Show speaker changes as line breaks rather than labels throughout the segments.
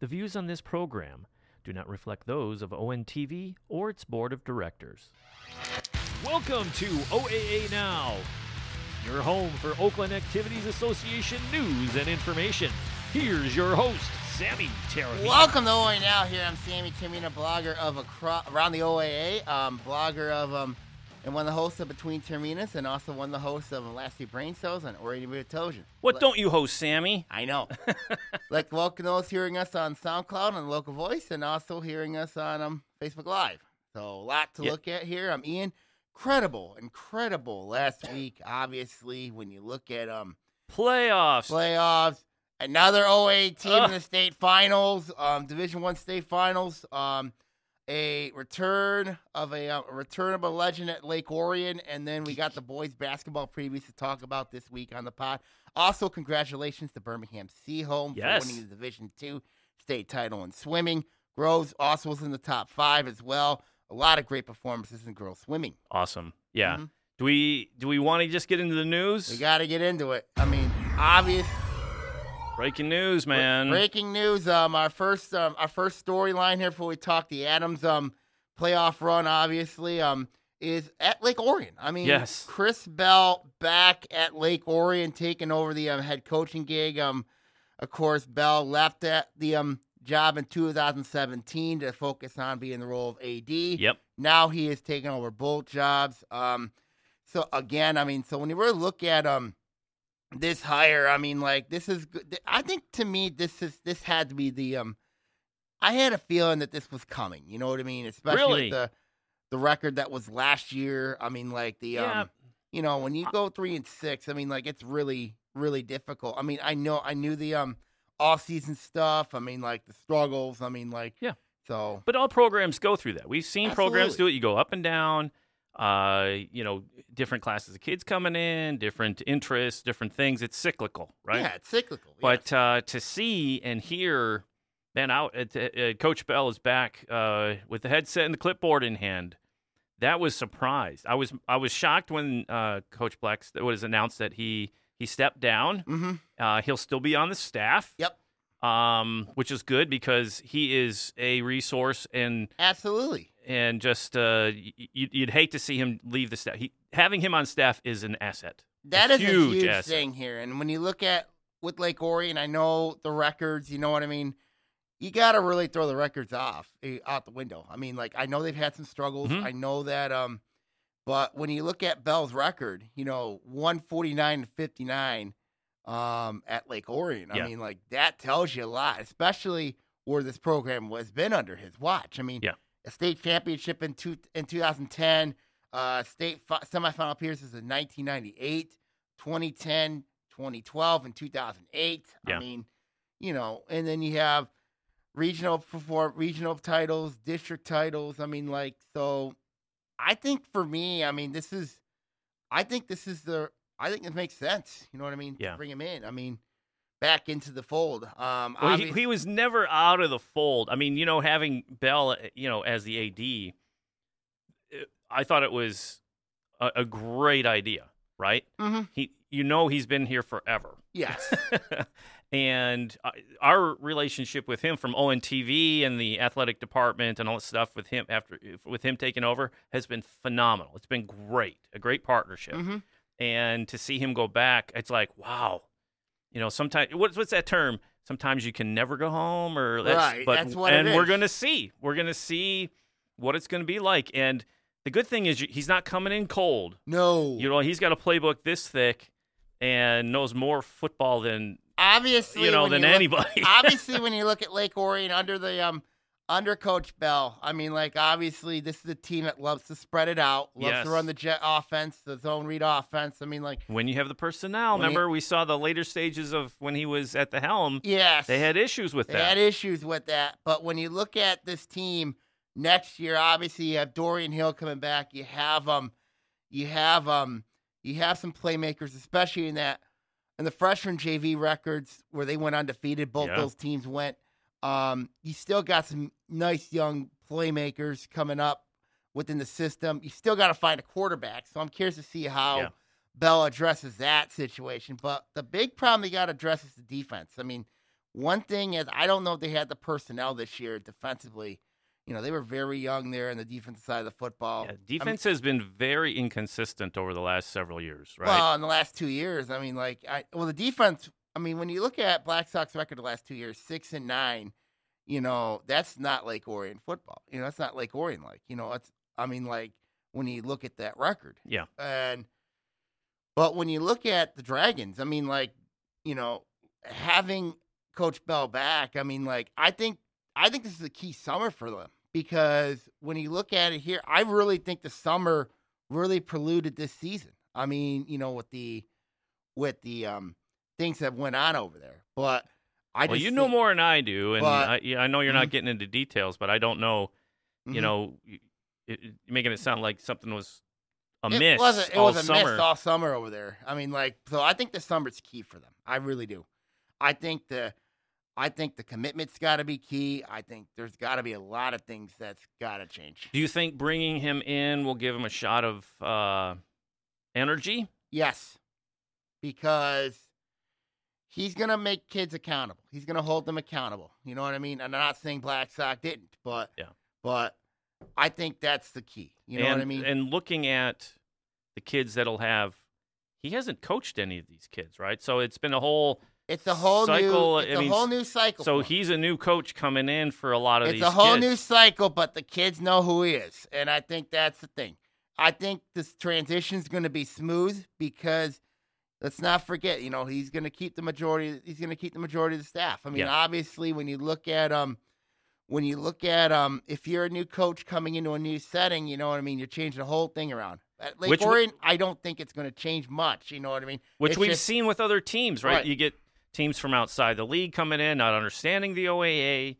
The views on this program do not reflect those of ONTV or its board of directors. Welcome to OAA Now, your home for Oakland Activities Association news and information. Here's your host, Sammy Terramina.
Welcome to OAA Now. Here I'm Sammy Tamina, blogger of across, around the OAA, um, blogger of um, and one of the hosts of Between Terminus, and also one of the hosts of Elastic Brain Cells and Oriented Television.
What don't you host, Sammy?
I know. like welcome those hearing us on SoundCloud and Local Voice, and also hearing us on um, Facebook Live. So a lot to
Yeah.
look at here. I'm Ian. Incredible, incredible last week. Obviously, when you look at um
Playoffs.
playoffs. Another 08 team
Ugh.
in the state finals, um, Division One state finals. Um, a return of a, uh, a return of a legend at Lake Orion, and then we got the boys basketball previews to talk about this week on the pod. Also, congratulations to Birmingham Seahome
Yes.
for winning the Division Two state title in swimming. Groves also was in the top five as well. A lot of great performances in girls swimming.
awesome. Yeah.
Mhm.
Do we do we want to just get into the news?
We got to get into it. I mean, obvious
Breaking news, man.
Breaking news. Um, our first um, our first storyline here before we talk the Adams um playoff run, obviously, um, is at Lake Orion. I mean,
Yes.
Chris Bell back at Lake Orion, taking over the um, head coaching gig. Um, of course, Bell left at the um job in 2017 to focus on being the role of AD.
Yep.
Now he is taking over both jobs. Um, so again, I mean, so when you really look at um this hire, I mean, like this is good. th- I think to me, this is this had to be the um. I had a feeling that this was coming. You know what I mean? Especially
Really?
with the the record that was last year. I mean, like the
Yeah. Uh
um, you know, when you go three and six, I mean, like it's really really difficult. I mean, I know I knew the um off season stuff. I mean, like the struggles. I mean, like
Yeah.
So
But all programs go through that. We've seen programs do it. You go up and down. Uh, you know, different classes of kids coming in, different interests, different things. It's cyclical, right?
yeah, it's cyclical. yeah.
But uh, to see and hear, man, out uh, t- uh, Coach Bell is back uh, with the headset and the clipboard in hand. That was surprised. I was I was shocked when uh, Coach Black st- was announced that he he stepped down.
Mm-hmm.
Uh, he'll still be on the staff.
Yep.
Um, which is good because he is a resource and
Absolutely.
and just uh, y- y- you'd hate to see him leave the staff. He, having him on staff is an asset.
That
A
is
huge
a huge
asset.
thing here. And when you look at with Lake Orion, I know the records, you know what I mean? You got to really throw the records off eh, out the window. I mean, like I know they've had some struggles.
Mhm.
I know that um but when you look at Bell's record, you know, 149 to 59 um at Lake Orion. I
Yeah.
mean, like that tells you a lot, especially where this program has been under his watch. I mean,
Yeah.
a state championship in two, in 2010, uh, state fi- semifinal appearances in 1998, 2010, 2012, and 2008. I
Yeah.
mean, you know, and then you have regional perform regional titles, district titles. I mean, like so. I think for me, I mean, this is, I think this is the, I think it makes sense. You know what I mean? to
Yeah.
bring him in. I mean, back into the fold. Um,
Well, he,
obvious-
he was never out of the fold. I mean, you know, having Bell, uh, you know, as the AD, uh, I thought it was a, a great idea, right?
Mhm.
He, you know, he's been here forever,
yes.
and uh, our relationship with him from ONTV and the athletic department and all that stuff with him after with him taking over has been phenomenal. It's been great, a great partnership
hmm
and to see him go back, it's like wow. You know, sometimes what's what's that term? Sometimes you can never go home, or that's,
Right,
But,
that's what it
and we're
is.
gonna see, we're gonna see what it's gonna be like. And the good thing is you- he's not coming in cold.
No.
You know, he's got a playbook this thick and knows more football than
obviously,
you know
when
than
look-
anybody.
obviously, when you look at Lake Orion under the um under Coach Bell, I mean, like obviously, this is a team that loves to spread it out, loves
Yes.
to run the jet offense, the zone read offense. I mean, like
when you have the personnel,
When he-
remember we saw the later stages of when he was at the helm,
yes,
they had issues with
They
that.
had issues with that. But when you look at this team next year, obviously you have Dorian Hill coming back. You have um you have um you have some playmakers, especially in that in the freshman JV records where they went undefeated, both
Yeah.
those teams went. Um, you still got some nice young playmakers coming up within the system. You still got to find a quarterback. So I'm curious to see how
Yeah.
Bell addresses that situation. But the big problem they got to address is the defense. I mean, One thing is, I don't know if they had the personnel this year defensively. You know, they were very young there in the defensive side of the football.
Yeah, defense has been very inconsistent over the last several years, right?
Well, in the last two years, I mean, like, I, well, the defense. I mean, when you look at Black Sox record the last two years, six and nine. You know, that's not Lake Orion football. You know, that's not Lake Orion like. You know, it's. I mean, like when you look at that record.
Yeah.
And but when you look at the Dragons, I mean, like you know, having Coach Bell back, I mean, like I think I think this is a key summer for them because when you look at it here, I really think the summer really polluted this season. I mean, you know, with the with the um things that went on over there, but I
well,
just
you know
think-
more than I do, and
But-
I, yeah, I know you're not
Mhm.
getting into details, but I don't know. You
Mhm.
know, you- it, it- you're making it sound like something was
it
amiss
wasn't- It
all
was a
summer.
miss all summer over there. I mean, like, so I think the summer's key for them. I really do. I think the, I think the commitment's got to be key. I think there's got to be a lot of things that's got to change.
Do you think bringing him in will give him a shot of uh, energy?
Yes, because he's gonna make kids accountable. He's gonna hold them accountable. You know what I mean? And I'm not saying Black Sock didn't, but
Yeah.
but I think that's the key. You know
and,
what I mean?
And looking at the kids that'll have, he hasn't coached any of these kids, right? So it's been a whole.
it's a whole
cycle,
new, it's
I
a
mean,
whole new cycle.
So
for him.
he's a new coach coming in for a lot of
it's
these.
a whole
kids.
new cycle, but the kids know who he is, and I think that's the thing. I think this transition's going to be smooth because let's not forget, you know, he's going to keep the majority. He's going to keep the majority of the staff. I mean,
Yeah.
obviously, when you look at um, when you look at um, if you're a new coach coming into a new setting, you know what I mean. You're changing the whole thing around. At Lake
Which w-
Orion, I don't think it's going to change much. You know what I mean?
which
It's
we've
just-
seen with other teams, right?
Right.
You get teams from outside the league coming in, not understanding the OAA.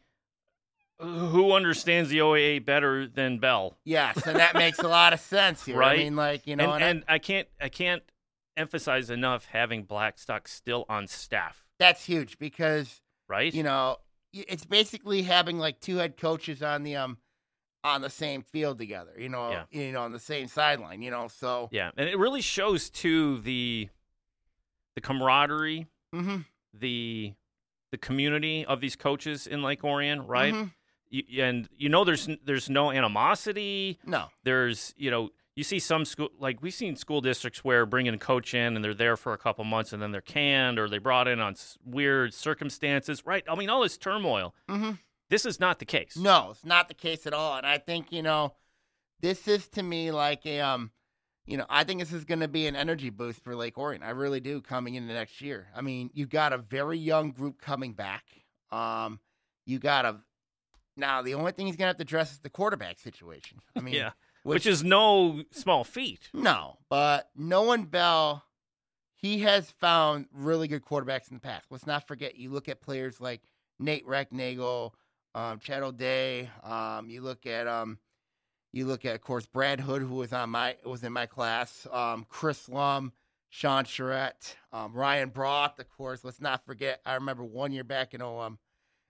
Who understands the OAA better than Bell?
Yes, and that makes a lot of sense here.
Right.
I mean, like you know,
and,
and I-
and I can't, I can't emphasize enough having Blackstock still on staff,
that's huge because
right?
you know, y- it's basically having like two head coaches on the um on the same field together. You know,
Yeah.
you know, on the same sideline. You know, so
yeah, and it really shows too the the camaraderie,
mhm,
the the community of these coaches in Lake Orion, right?
mhm.
You, and you know, there's n- there's no animosity.
No,
there's you know you see some school like we've seen school districts where bringing a coach in and they're there for a couple months and then they're canned or they brought in on s- weird circumstances right i mean all this turmoil
hmm
this is not the case
no, it's not the case at all. And I think you know, this is to me like a um, you know, I think this is going to be an energy boost for Lake Orion. I really do coming into next year. I mean, you've got a very young group coming back. Um, you got a now the only thing he's going to have to address is the quarterback situation. I mean,
yeah
which-
which, is no small feat
No, but Nolan Bell, he has found really good quarterbacks in the past. Let's not forget, you look at players like Nate Recknagel, um, Chad O'Day. Um, you look at um, you look at of course Brad Hood, who was on my was in my class. Um, Chris Lum, Sean Charette, um, Ryan Broth, of course. Let's not forget. I remember one year back in oh, um,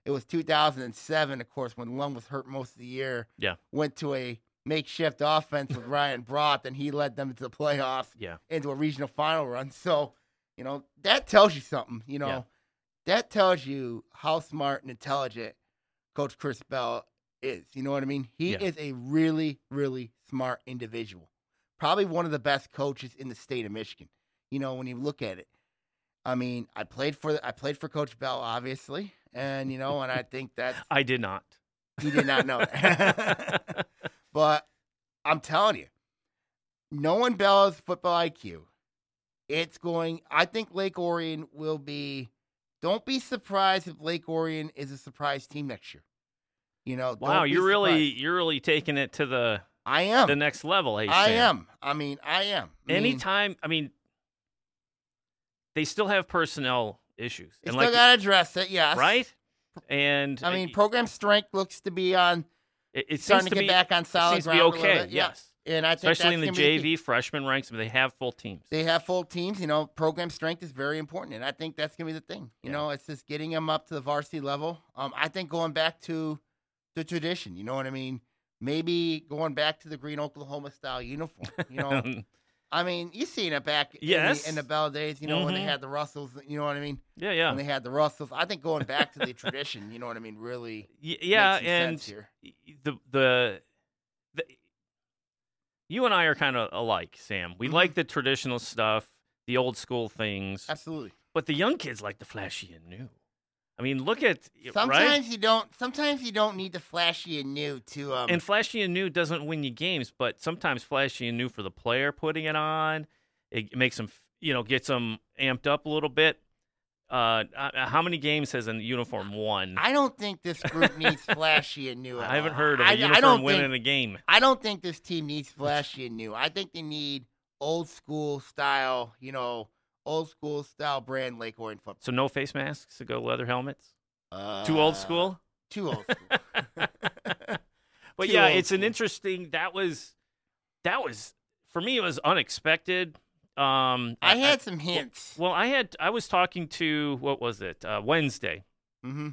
it was 2007, of course, when Lum was hurt most of the year.
Yeah.
went to a makeshift offense with Ryan Broth, and he led them to the playoffs
yeah
into a regional final run. So, you know, that tells you something. You know,
Yeah.
that tells you how smart and intelligent Coach Chris Bell is. You know what I mean? He
Yeah.
is a really, really smart individual. Probably one of the best coaches in the state of Michigan. You know, when you look at it. I mean, I played for I played for Coach Bell, obviously, and you know, and I think that
i did not
he did not know that. But I'm telling you, knowing Bella's football IQ, it's going. I think Lake Orion will be. Don't be surprised if Lake Orion is a surprise team next year. You know.
wow
don't be
you're really
surprised.
you're really taking it to the
I am.
the next level hey,
I
Sam.
am. I mean, I am. I mean,
anytime i mean they still have personnel issues
They
and
still
like
got to address it. Yes.
right and
I mean,
it-
program strength looks to be on
it, it seems
starting
to,
to get
be,
back on solid
seems to be
ground. a little
okay,
bit. Yeah.
yes.
And I think
especially in
that's
the
gonna be key.
JV freshman ranks, but they have full teams.
they have full teams. You know, program strength is very important, and I think that's gonna be the thing.
Yeah.
You know, it's just getting them up to the varsity level. Um, I think going back to the tradition. You know what I mean? Maybe going back to the green Oklahoma style uniform. You know, I mean, you seen it back
Yes.
in, the, in the Bell days, you know, when they
Mhm.
had the Russells, you know what I mean?
Yeah, yeah,
When they had the Russells. I think going back to the tradition, you know what I mean, really
Y- yeah,
makes some
and
sense here.
y- y- the the the you and I are kind of alike, Sam. We
Mhm.
like the traditional stuff, the old school things,
Absolutely.
but the young kids like the flashy and new. I mean, look at right
Sometimes you don't sometimes you don't need the flashy and new to um
and flashy and new doesn't win you games, but sometimes flashy and new for the player putting it on, it makes them you know gets them amped up a little bit. Uh, uh, how many games has a uniform won?
I don't think this group needs flashy and new. at
I haven't
all.
heard of
I-
a
I
uniform
don't
winning
think-
a game.
I don't think this team needs flashy and new. I think they need old school style, you know, old school style brand Lakehorn football.
So no face masks to go leather helmets.
Uh,
Too old school.
Too old school.
But
too
yeah,
old
it's an
school.
interesting. That was, that was for me. It was unexpected. Um,
I had some hints.
well, I had. I was talking to what was it? Uh, Wednesday
Mm-hmm.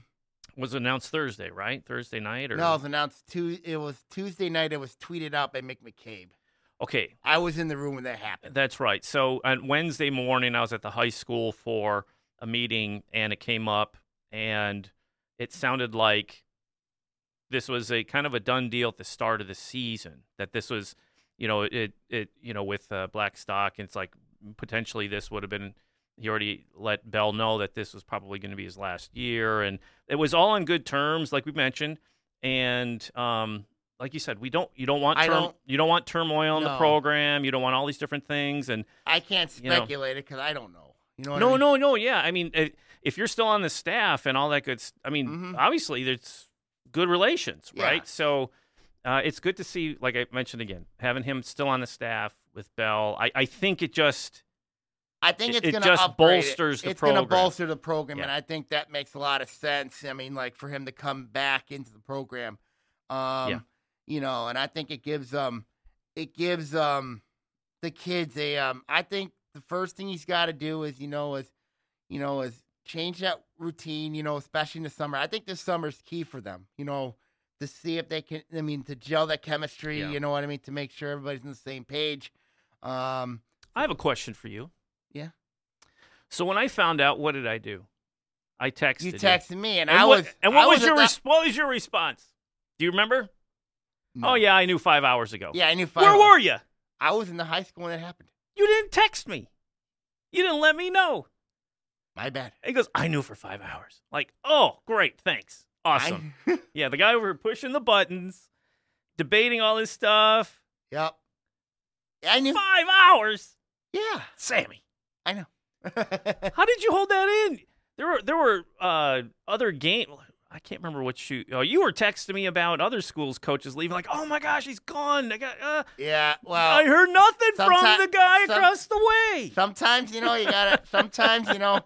was announced Thursday, right? Thursday night or
No, it was announced. Tu- it was Tuesday night. It was tweeted out by Mick McCabe.
Okay,
I was in the room when that happened.
that's right. So on Wednesday morning, I was at the high school for a meeting, and it came up, and it sounded like this was a kind of a done deal at the start of the season. That this was, you know, it it you know with uh, Black Stock, it's like potentially this would have been. He already let Bell know that this was probably going to be his last year, and it was all on good terms, like we mentioned, and um. Like you said, we don't you don't want
I
term,
don't-
you don't want turmoil in the
No.
program. You don't want all these different things, and
I can't
You know.
speculate it because I don't know. You know what I
no,
mean?
no, no. Yeah, I mean, i- if you're still on the staff and all that good, s- I mean,
Mhm.
obviously there's good relations,
Yeah.
right? So uh, it's good to see, like I mentioned again, having him still on the staff with Bell. I, I think it just
I think
It-
it's
it
going to
just
upgrade
bolsters
it.
the
it's
program.
going to bolster the program,
Yeah.
and I think that makes a lot of sense. I mean, like for him to come back into the program, um,
Yeah.
you know, and I think it gives um, it gives um, the kids a um. I think the first thing he's got to do is you know is, you know is change that routine. You know, especially in the summer. I think this summer's key for them. You know, to see if they can. I mean, to gel that chemistry.
Yeah.
You know what I mean? To make sure everybody's on the same page. Um,
I have a question for you.
Yeah.
So when I found out, what did I do? I texted
you texted me, and,
and,
I
what,
was.
and what
I
was,
at
your
the-
res- what was your response? Do you remember?
No.
Oh yeah, I knew five hours ago.
Mm. Yeah, I knew five.
Where were you?
I was in the high school when it happened.
You didn't text me. You didn't let me know.
My bad.
He goes, I knew for five hours. Like, oh, great, thanks, awesome.
I-
Yeah, the guy over here pushing the buttons, debating all this stuff.
yep. I knew.
Five hours,
Yeah,
Sammy.
I know.
How did you hold that in? There were there were uh, other game. I can't remember what shoot. Oh, you were texting me about other schools coaches leaving. Like, oh my gosh, he's gone. I got. Uh,
yeah.
I
Well,
heard nothing
someti-
from the guy
some-
across the way.
sometimes you know you gotta. Sometimes you know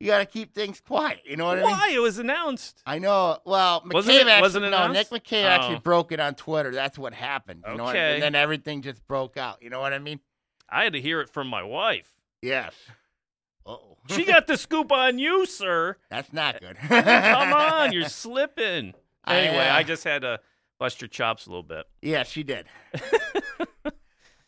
you gotta keep things quiet. You know what I mean?
Why it was announced?
I know. Well, McCabe
Wasn't it-
actually
wasn't it
no. Nick
announced?
McCabe
Oh.
actually broke it on Twitter. That's what happened. You know what I mean?
Okay.
And then everything just broke out. You know what I mean?
I had to hear it from my wife.
Yes. Oh,
She got the scoop on you, sir.
that's not good.
Come on, you're slipping.
I,
Anyway, I,
uh,
just had to bust your chops a little bit.
Yeah, she did.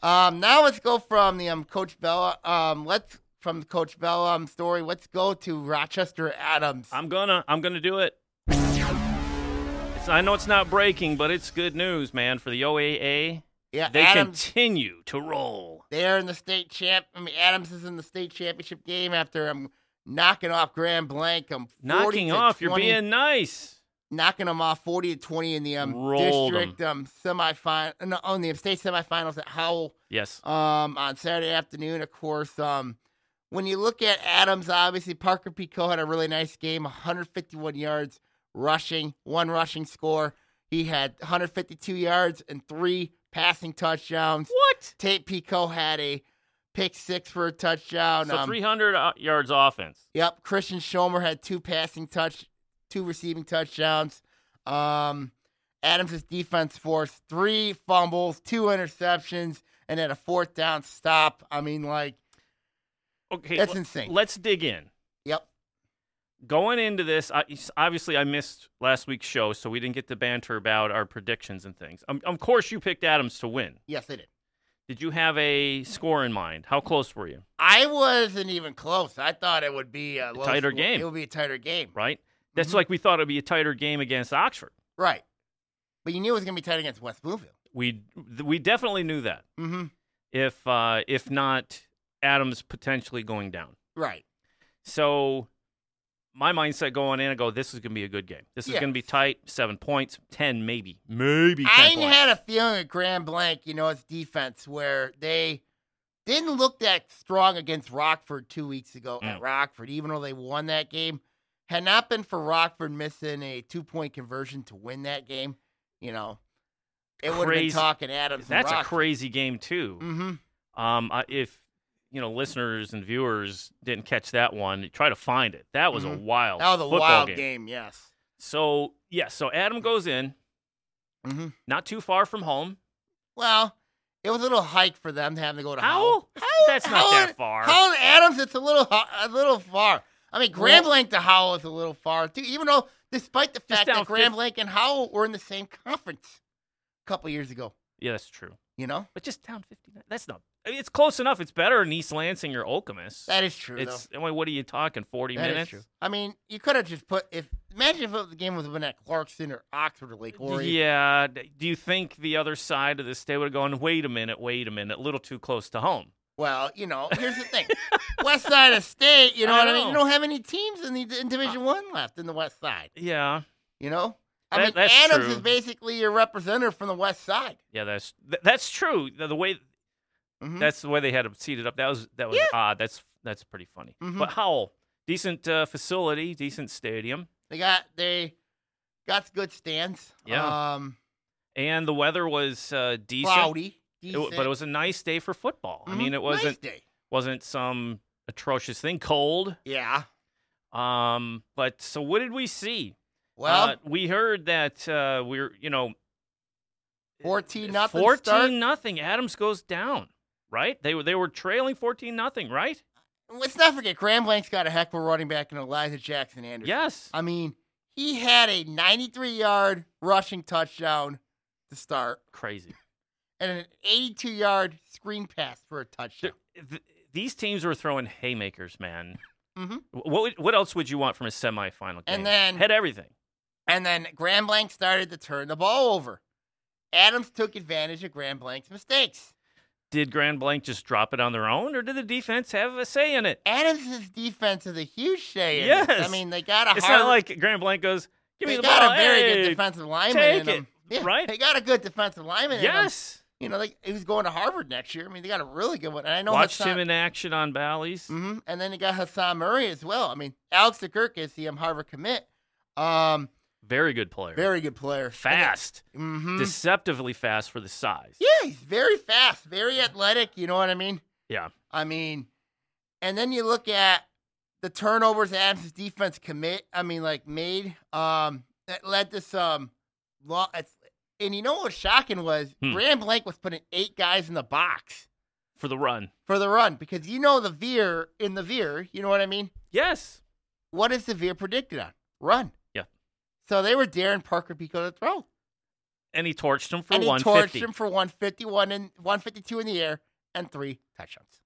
um, now let's go from the um, Coach Bell. Um, let's from the Coach Bell um, story. Let's go to Rochester Adams.
I'm gonna I'm gonna do it. It's, I know it's not breaking, but it's good news, man, for the OAA.
yeah,
They
Adams.
continue to roll.
They're in the state champ. I mean, Adams is in the state championship game after um, knocking off Grand Blanc. Um, 40
Knocking
to
off,
20,
you're being nice.
knocking them off forty to twenty in the um,
Rolled 'em.
district um, semifinal. No, on the state semifinals at Howell.
Yes.
um, on Saturday afternoon. Of course, um, when you look at Adams, obviously Parker Pico had a really nice game, 151 yards rushing, one rushing score. He had 152 yards and three passing touchdowns.
What?
Tate Pico had a pick six for a touchdown.
So
Um,
300 o- yards offense.
Yep, Christian Schomer had two passing touch, two receiving touchdowns. Um, Adams' defense forced three fumbles, two interceptions, and then a fourth down stop. I mean, like
Okay,
that's
le-
insane.
let's dig in.
yep.
Going into this, I, obviously I missed last week's show, so we didn't get to banter about our predictions and things. Um, of course, you picked Adams to win.
Yes, they did.
Did you have a score in mind? How close were you?
I wasn't even close. I thought it would be a, low
tighter
score.
game.
It would be a tighter game.
Right. That's
Mhm.
like we thought it'd be a tighter game against Oxford.
Right. But you knew it was going to be tight against West Bloomfield.
We th- we definitely knew that.
Mm-hmm.
If uh, if not Adams potentially going down.
Right.
So my mindset going in, I go, this is going to be a good game. This is
Yeah.
going to be tight. Seven points, ten maybe, maybe. 10
I ain't
points.
had a feeling at Grand Blanc, you know, it's defense where they didn't look that strong against Rockford two weeks ago at
Mm.
Rockford, even though they won that game. Had not been for Rockford missing a two point conversion to win that game, you know, it would have been
Crazy.
talking Adams.
That's a crazy game too.
Mm-hmm.
Um, I- if you know listeners and viewers didn't catch that one, try to find it. That was a
Mhm.
wild,
That was a
football
wild game. yes.
So yeah, so Adam goes in,
Mm-hmm.
not too far from home.
Well, it was a little hike for them to have to go to
Howell?
Howell-
That's not
Howell-
that far.
Howell and Adams, it's a little ho- a little far. I mean, Grand Blanc to Howell is a little far too. Even though, despite the fact
down
that Grand
fif-
Blanc and Howell were in the same conference a couple years ago,
Yeah, that's true.
you know
But just down 59. That's not. I mean, it's close enough. It's better in East Lansing or Okemos.
that is true.
it's. I mean, what are you talking? Forty
though. That is
minutes.
true. I mean, you could have just put if imagine if the game was been at Clarkson or Oxford or Lake Orion.
Yeah. d- Do you think the other side of the state would have gone? Wait a minute. Wait a minute. A little too close to home.
Well, you know, here's the thing: West Side of State. You know
I
what I mean?
know. Uh,
You don't have any teams in the in Division One left in the West Side.
Yeah.
You know, I
That-
mean,
that's
Adams
true.
is basically your representative from the West Side.
Yeah. That's th- that's true. The, the way
Mhm.
that's the way they had them seated up. That was that was
Yeah.
odd. That's that's pretty funny.
Mhm.
But Howell, decent uh, facility, decent stadium,
They got they got good stands.
Yeah.
um,
and the weather was uh, decent.
cloudy,
It wa- but it was a nice day for football. I
Mhm.
mean, it wasn't
Nice day.
wasn't some atrocious thing. Cold.
Yeah.
Um, but so what did we see?
Well,
uh, we heard that uh, we're you know uh,
fourteen nothing. start.
fourteen nothing. Adams goes down. Right? They were they were trailing fourteen nothing. Right?
Let's not forget, Graham Blank's got a heck of a running back in Elijah Jackson Anderson.
Yes.
I mean, he had a 93 yard rushing touchdown to start
Crazy.
and an 82 yard screen pass for a touchdown.
Th- these teams were throwing haymakers, man.
Mhm.
Wh- What would- what else would you want from a semifinal game?
And then-
had everything.
And then Graham Blank started to turn the ball over. Adams took advantage of Graham Blank's mistakes.
Did Grand Blanc just drop it on their own, or did the defense have a say in it?
Adams' defense is a huge say. in
Yes.
this. I mean they got a
It's
hard,
not like Grand Blanc goes, "Give
they
me the
got
ball."
a very
hey,
good defensive lineman
take
in
it,
them. Yeah,
right?
They got a good defensive lineman. in 'em.
Yes,
you know, like who's going to Harvard next year. I mean, they got a really good one. And I know
watched him
Hassan,
in action on Bally's.
hmm and then they got Hassan Murray as well. I mean, Alex DeKirk is the um, Harvard commit. Um,
Very good player,
very good player.
fast,
Mm-hmm.
deceptively fast for the size.
Yeah, he's very fast, very athletic. You know what I mean?
Yeah.
I mean, and then you look at the turnovers that Adams' defense commit. I mean, like made um, that led to some. Law, and you know what was shocking was
Hmm.
Graham Blank was putting eight guys in the box
for the run.
for the run because you know the veer in the veer. You know what I mean?
Yes,
What is the veer predicted on? Run.
Yeah.
So they were daring Parker Pico to throw
and he torched him for
and he
one
torched
fifty.
him for 151 and 152 in the air and three touchdowns.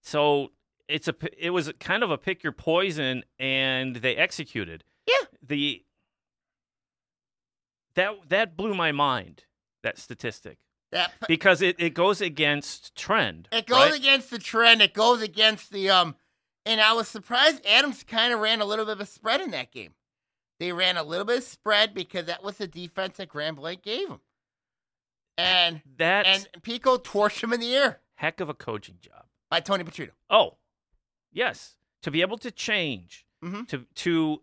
So it's a p- it was kind of a pick your poison, and they executed.
Yeah.
the that that blew my mind. That statistic
That
because it, it goes against trend.
it goes
right?
against the trend. It goes against the um. And I was surprised Adams kind of ran a little bit of a spread in that game. They ran a little bit of spread because that was the defense that Graham Blake gave him. And
That's
and Pico torched him in the air
heck of a coaching job.
by Tony Petrino.
Oh, yes. To be able to change,
Mhm.
to to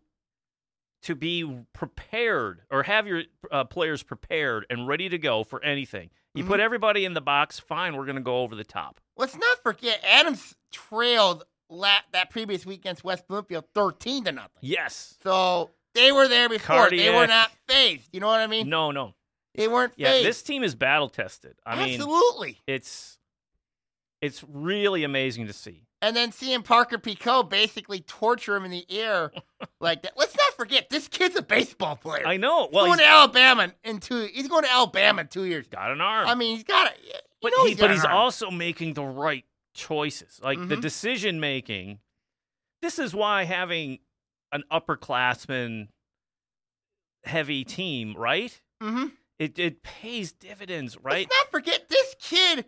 to be prepared or have your uh, players prepared and ready to go for anything. You
Mm-hmm.
put everybody in the box. Fine, we're going to go over the top.
Let's not forget Adams trailed la- that previous week against West Bloomfield thirteen to nothing.
Yes.
So they were there before. They were
Cardiac.
not phased. You know what I mean?
No. No.
They weren't
Yeah.
phased.
This team is battle tested. I mean,
Absolutely.
it's it's really amazing to see.
And then seeing Parker Picot basically torture him in the air like that. Let's not forget, this kid's a baseball player.
I know.
he's
Well,
going
he's
to Alabama in two. He's going to Alabama in two years.
got an arm.
I mean, he's got a.
But,
know
he-
he's
but
gonna
he's
harm.
also making the right choices. Like the
Mhm.
decision making. This is why having an upperclassman heavy team, right?
hmm
It it pays dividends, right?
Let's not forget this kid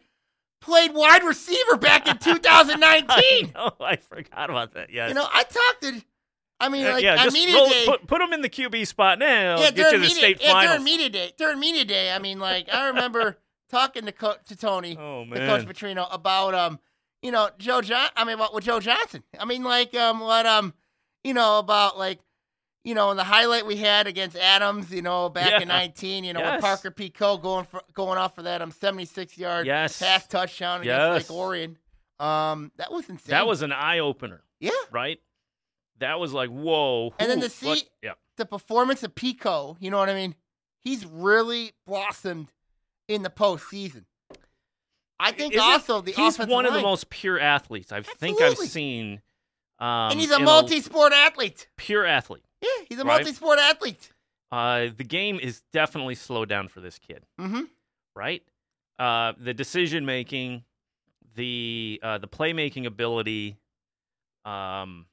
played wide receiver back in 2019.
Oh, I forgot about that. Yes.
you know, I talked to. I mean,
Uh,
like
yeah,
on
just
media
roll,
day.
put put him in the QB spot now.
yeah,
get you
during
to the
media,
state
yeah,
finals.
during media day. During media day, I mean, like I remember talking to Co- to Tony,
oh
to Coach
man.
Petrino, about um, you know, Joe John. I mean, about with Joe Johnson. I mean, like um, what um, you know, about like. You know, in the highlight we had against Adams, you know, back
Yeah.
in '19, you know,
Yes.
with Parker Pico going for, going off for that um 76 yard
Yes.
pass touchdown against
Yes.
Lake Orion. Um, that was insane.
That was an eye opener,
yeah.
right? That was like, whoa.
And then
who-
to see-
what- yeah.
the performance of Pico, you know what I mean? He's really blossomed in the postseason. I think
Isn't-
also the
he's
offensive
one of the
line-
most pure athletes I think I've
Absolutely.
seen. Um,
and he's a
in
multi-sport athlete.
pure athlete.
Yeah, he's a
Right.
multi-sport athlete.
Uh, the game is definitely slowed down for this kid,
Mm-hmm.
right? Uh, the decision making, the uh, the playmaking ability, um,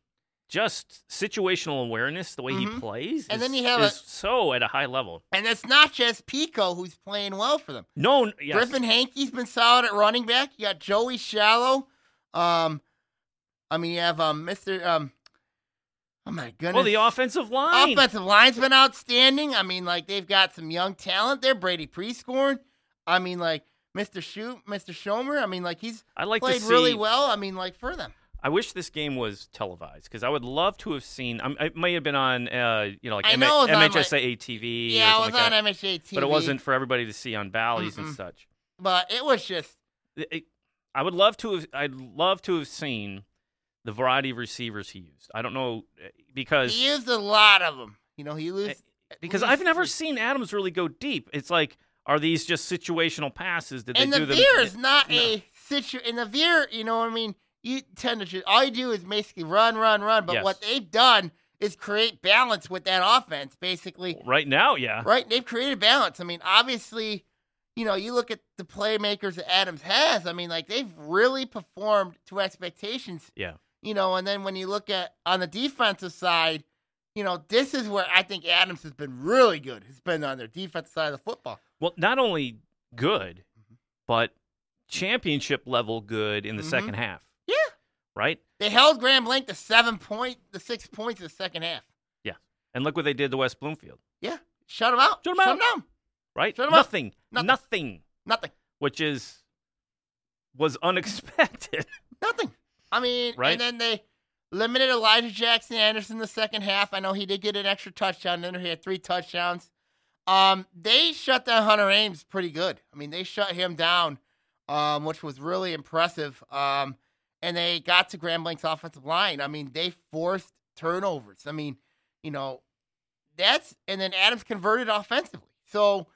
just situational awareness, the way he
Mhm.
plays,
And
is,
then you have a-
is so at a high level.
And it's not just Pico who's playing well for them.
No, n- yes,
Griffin Hankey's been solid at running back. You got Joey Shallow. Um, I mean, you have um, Mr. Um, oh my goodness.
well, the offensive line.
Offensive line's been outstanding. I mean, like they've got some young talent there. Brady Prescorn. I mean, like Mr. Shoot, Mr. Shomer. I mean, like he's
I like to
played
see.
really well. I mean, like for them.
I wish this game was televised because I would love to have seen. I'm, it may have been on, uh, you know, like
I
M-
know it was on, like-
MHSA TV. or
Yeah, it was
something like
on
that,
MHA TV,
but it wasn't for everybody to see on valleys and
Mm-mm.
such.
But it was just
It- it- I would love to have. I'd love to have seen the variety of receivers he used. I don't know uh, because
he used a lot of them. You know, he used at
Eh, because
least
I've never
three.
seen Adams really go deep. It's like, are these just situational passes? Did
And
they
the
do
veer
them?
is not
No.
a situ. And the veer, you know what I mean. You tend to just, all you do is basically run, run, run. But
Yes.
what they've done is create balance with that offense, basically.
right now, yeah.
right? They've created balance. I mean, obviously, you know, you look at the playmakers that Adams has. I mean, like they've really performed to expectations.
Yeah.
You know, and then when you look at on the defensive side, you know, this is where I think Adams has been really good. Has been on their defensive side of the football.
Well, not only good, but championship level good in the
Mhm.
second half.
Yeah.
Right?
They held Graham Link to seven point, the six points in the second half.
And look what they did to West Bloomfield.
Shut him out.
Shut 'em out.
Shut him down.
Right?
Shut 'em up.
nothing,
Nothing.
Nothing.
Nothing.
Which is was unexpected.
Nothing. I mean,
Right.
and then they limited Elijah Jackson Anderson the second half. I know he did get an extra touchdown. Then he had three touchdowns. Um, they shut down Hunter Ames pretty good. I mean, they shut him down, um, which was really impressive. Um, and they got to Graham Blank's offensive line. I mean, they forced turnovers. I mean, you know, that's and then Adams converted offensively. So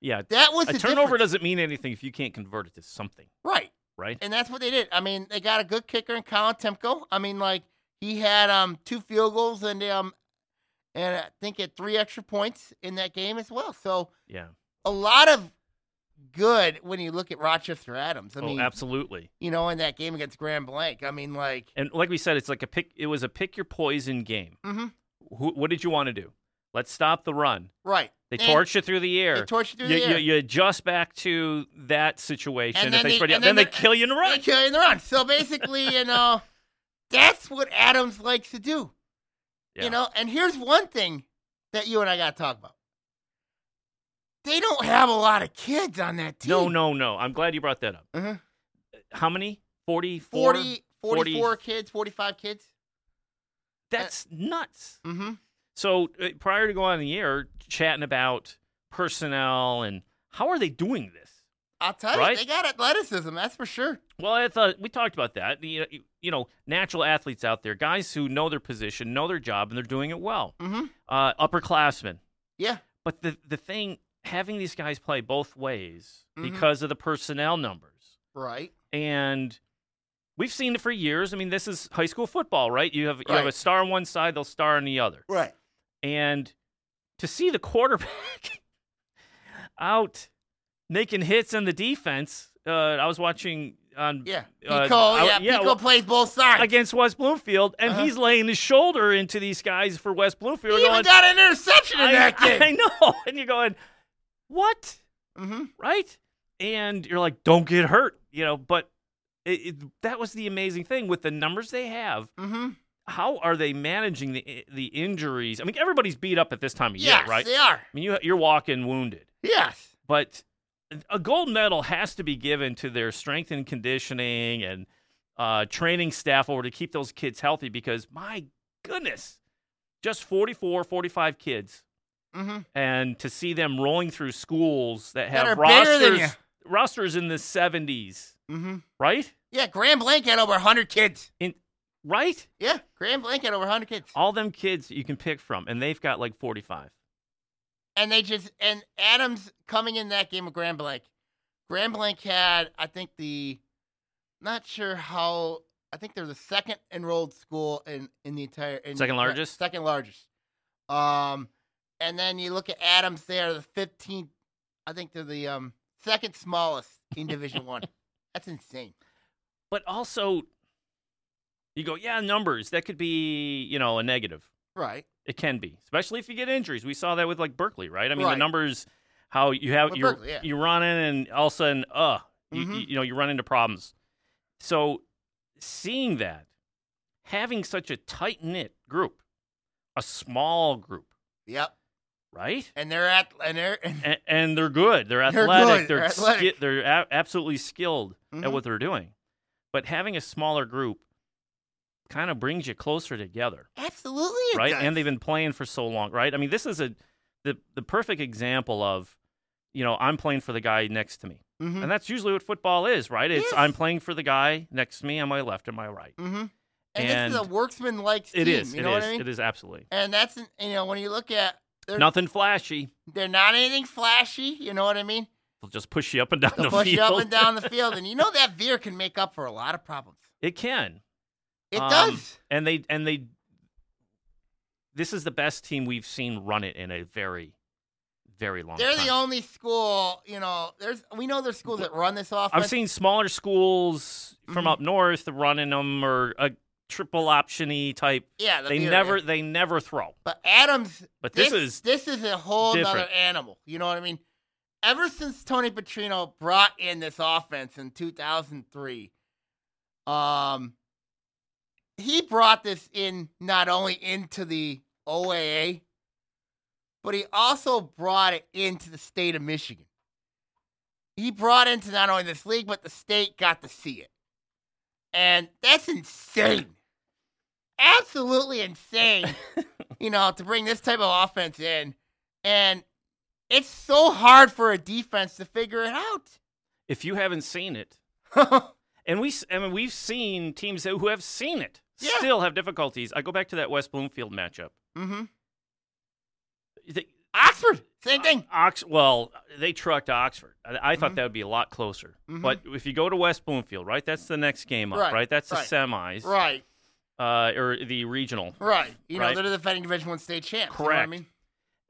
yeah.
that was
A
the
turnover
difference.
doesn't mean anything if you can't convert it to something,
right.
right?
And that's what they did. I mean, they got a good kicker in Colin Temko. I mean, like he had um two field goals and um and I think at three extra points in that game as well. So
Yeah.
a lot of good when you look at Rochester Adams. I
oh,
mean,
absolutely.
you know, in that game against Grand Blanc. I mean, like
And like we said, it's like a pick it was a pick your poison game.
Mhm.
Who, what did you want to do? Let's stop the run.
right.
They
And
torched you through the air.
They torched you through
you,
the
you,
air.
you adjust back to that situation.
And
if
then
they
they-
spread you out,
and
then, they
then they're-
kill you in a
They
run.
kill you in the run. So basically, you know, that's what Adams likes to do.
Yeah.
You know, and here's one thing that you and I got to talk about. They don't have a lot of kids on that team.
No, no, no. I'm glad you brought that up.
Uh-huh. uh,
How many? 44?
40, 44 kids, 45 kids.
That's nuts.
Mm-hmm.
So uh, prior to going on the air, chatting about personnel and how are they doing this?
I'll tell
Right?
you, they got athleticism, that's for sure.
Well, I thought we talked about that. You you- you know, natural athletes out there, guys who know their position, know their job, and they're doing it well.
Mm-hmm.
Uh, upperclassmen,
Yeah.
But the the thing having these guys play both ways
Mhm.
because of the personnel numbers.
Right.
And we've seen it for years. I mean, this is high school football, right? You have you have a
Right.
star on one side, they'll star on the other.
Right.
And to see the quarterback out making hits on the defense Uh, I was watching on
Yeah, Pico.
Uh, I-
yeah,
yeah,
Pico
well-
plays both sides.
against West Bloomfield, and
Uh-huh.
he's laying his shoulder into these guys for West Bloomfield.
he even
going,
got an interception in
I,
that game.
I know, and you're going, what?
hmm
right? And you're like, don't get hurt, you know. But it, it, that was the amazing thing with the numbers they have.
hmm
How are they managing the eh, the injuries? I mean, everybody's beat up at this time of
Yes,
year, right?
they are.
I mean, you, you're walking wounded,
Yes.
but a gold medal has to be given to their strength and conditioning and uh, training staff over to keep those kids healthy because my goodness, just 44, 45 kids
hmm
and to see them rolling through schools that
That
have
are bigger than
rosters rosters in the 70s,
hmm
right?
Yeah, Grand Blanc had over 100 kids.
Right?
Yeah, Grand Blanc had over 100 kids.
All them kids you can pick from and they've got like 45.
And they just, and Adams coming in that game with Grand Blanc. Grand Blanc had, I think, the, not sure how, I think they're the second enrolled school in, in the entire. In,
Second
yeah,
largest?
second largest. Um, and then you look at Adams there, the 15th, I think they're the um, second smallest in Division One. That's insane.
But also you go, yeah, numbers, that could be, you know, a negative.
Right.
It can be, especially if you get injuries. We saw that with like Berkeley, right? I mean, the
Right.
numbers how you have
With
you
Berkeley, yeah.
you run in and all of a sudden, uh, you,
Mhm.
you, you know, you run into problems. So seeing that, having such a tight knit group, a small group,
Yep.
right?
And they're at, and they're, mm-hmm. and,
And, and they're good. They're
They're
athletic.
good. They're
ski-
athletic.
they're a- absolutely skilled
Mhm.
at what they're doing. But having a smaller group kind of brings you closer together.
Absolutely, it
right?
does.
And they've been playing for so long, right? I mean, this is a the the perfect example of, you know, I'm playing for the guy next to me,
Mhm,
and that's usually what football is, right? It's
Yes.
I'm playing for the guy next to me on my left and my right.
mhm. And, this is
and-
a worksman-like team.
It is,
You
it
know
is,
what I mean?
it is absolutely
And that's you know when you look at they're,
nothing flashy.
they're not anything flashy. You know what I mean?
They'll just push you up and down
They'll
the
push
field.
you up and down the field, and you know that veer can make up for a lot of problems.
It can,
It
Um,
does.
and they and they. This is the best team we've seen run it in a very, very long
They're
time.
the only school. You know, there's we know there's schools that run this offense.
I've seen smaller schools from
Mhm.
up north running them or a triple optiony type.
yeah, the
They
veer,
never
yeah.
they never throw.
But Adams,
But this, is
this is a whole other
different.
animal. You know what I mean? Ever since Tony Petrino brought in this offense in 2003, um, he brought this in not only into the OAA, but he also brought it into the state of Michigan. He brought into not only this league, but the state got to see it. And that's insane. Absolutely insane, you know, to bring this type of offense in. And it's so hard for a defense to figure it
if you haven't seen it,
out.
and we s- I mean we've seen teams that- who have seen it
Yeah.
still have difficulties. I go back to that West Bloomfield matchup.
hmm
The-
Oxford, same thing.
Ox well, they trucked Oxford. I, I
Mm-hmm.
thought that would be a lot closer.
Mhm.
But if you go to West Bloomfield, right, that's the next game up,
Right,
right? That's
right,
the semis,
Right,
uh, or the regional,
right. You know,
Right.
they're the defending Division One state champs. You know what I
Correct.
mean?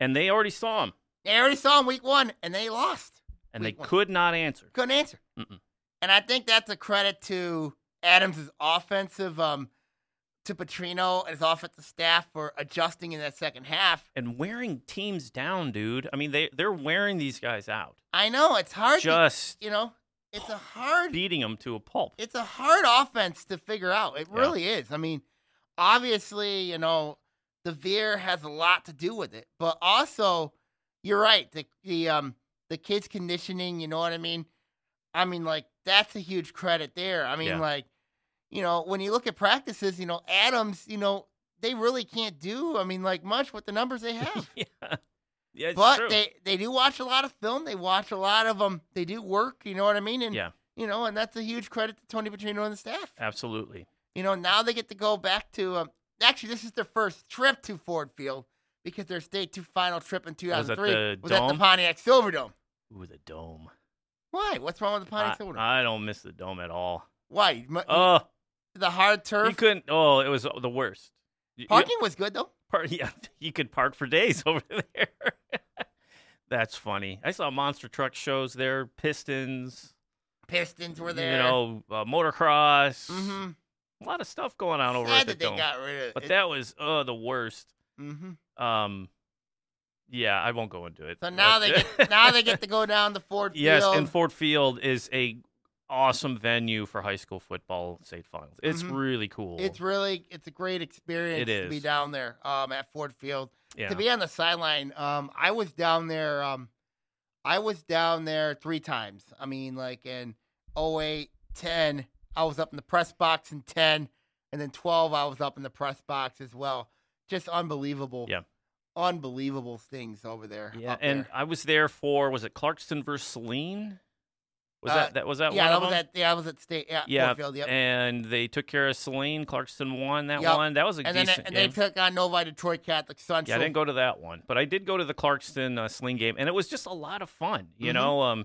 and they already saw them,
They already saw them week one, and they lost.
and
Week
they
one.
could not answer.
Couldn't answer.
Mm-mm.
And I think that's a credit to Adams' offensive, um, to Petrino and his offensive staff for adjusting in that second half.
And wearing teams down, dude. I mean, they they're wearing these guys out,
I know it's hard. to-
just
you know, it's a hard
beating them to a pulp.
it's a hard offense to figure out. It
Yeah.
really is. I mean, obviously, you know, the Veer has a lot to do with it, but also, you're right. The the um the kids conditioning. You know what I mean? I mean, like that's a huge credit there. I mean,
Yeah.
like, you know, when you look at practices, you know, Adams, you know, they really can't do. I mean, like much with the numbers they have.
yeah, yeah, it's
but
true.
they they do watch a lot of film. They watch a lot of um. They do work. You know what I mean? And
Yeah.
you know, and that's a huge credit to Tony Petrino and the staff.
absolutely.
You know, now they get to go back to um. Actually, this is their first trip to Ford Field because their state two final trip in two
at
thousand three
Oh, the
was at the
Dome?
Pontiac Silverdome.
Ooh, the dome.
Why? What's wrong with the Pontiac Silverdome?
I, I don't miss the dome at all.
Why? M-
Oh,
the hard
you
turf.
couldn't. Oh, it was the worst. You- you-
Parking was good though.
par- yeah, you could park for days over there. That's funny. I saw monster truck shows there, Pistons.
Pistons were there.
You know, uh, motocross.
hmm
A lot of stuff going on over
Sad
at the
that they
dome.
got rid of
but
it.
that was uh the worst.
hmm
Um, yeah, I won't go into it.
So now they
But-
get now they get to go down to Ford
yes,
Field.
and Ford Field is a awesome venue for high school football state finals. It's
Mhm.
really cool.
it's really it's a great experience
It
to be
is.
down there um, at Ford Field.
yeah.
To be on the sideline, um, I was down there. Um, I was down there three times. I mean, like in 08, 10, I was up in the press box in 10, and then 12, I was up in the press box as well. Just unbelievable.
Yeah.
Unbelievable things over there.
yeah,
up
and
there.
I was there for was it Clarkston versus Celine? Was
Uh,
that that was that
yeah,
one
that
of
was
them?
at yeah, I was at state yeah,
Yeah,
Ford Field. Yep.
And they took care of Celine. Clarkston won that
Yep.
one. That was a
and then
decent
and
game.
they took on Novi Detroit Catholic Central.
Yeah, I didn't go to that one, but I did go to the Clarkston uh, sling game, and it was just a lot of fun. You
Mhm.
know, um,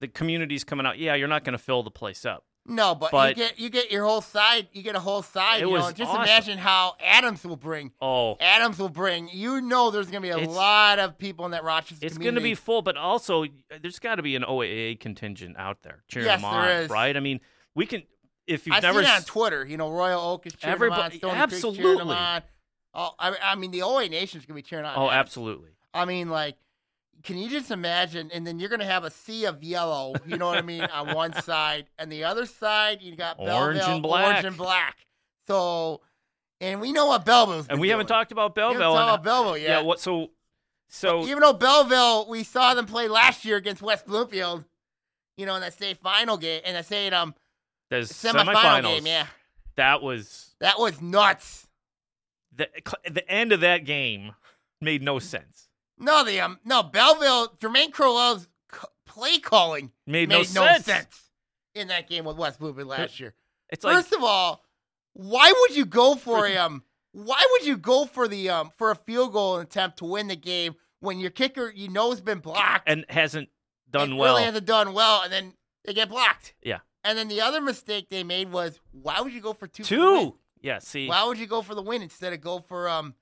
the community's coming out. Yeah, you're not going to fill the place up.
No, but, you
But-
get you get your whole side. You get a whole side.
It
you know,
was
and just
awesome.
imagine how Adams will bring.
Oh,
Adams will bring. You know, there's gonna be a
It's-
lot of people in that Rochester.
it's going to
community.
be full, but also uh, there's got to be an OAA contingent out there cheering
Yes,
them
there
on,
is.
right? I mean, we can if you've
I've
never
seen it on
s-
Twitter. You know, Royal Oak is cheering them on.
Everybody-
Stony Creek's cheering them
absolutely.
on. Oh, I, I mean, the OA Nation's gonna be cheering on.
Oh,
Adams.
absolutely.
I mean, like, can you just imagine? And then you're gonna have a sea of yellow. You know what I mean? on one side, and the other side, you got
Orange
Belleville,
and black.
Orange and black. So, and we know what Belleville's.
And
been
we haven't
doing.
talked about
We
Belleville.
haven't talked
and- uh,
about Belleville
yeah.
yet.
What? So, so
Even though Belleville, we saw them play last year against West Bloomfield, you know, in that state final game, and I say um
there's
semifinal game, yeah,
That was
that was nuts.
the the end of that game made no sense.
No, the um, no Belleville, Jermaine Crowell's c- play calling
Made,
made no sense. in that game with West Bloomfield last year.
It's like
First of all, why would you go for a um? Why would you go for the um for a field goal attempt to win the game when your kicker you know has been blocked?
and hasn't done
it
well.
Really hasn't done well, and then they get blocked.
Yeah.
And then the other mistake they made was why would you go for two? for the
Two. Yeah. See,
win? Why would you go for the win instead of go for um?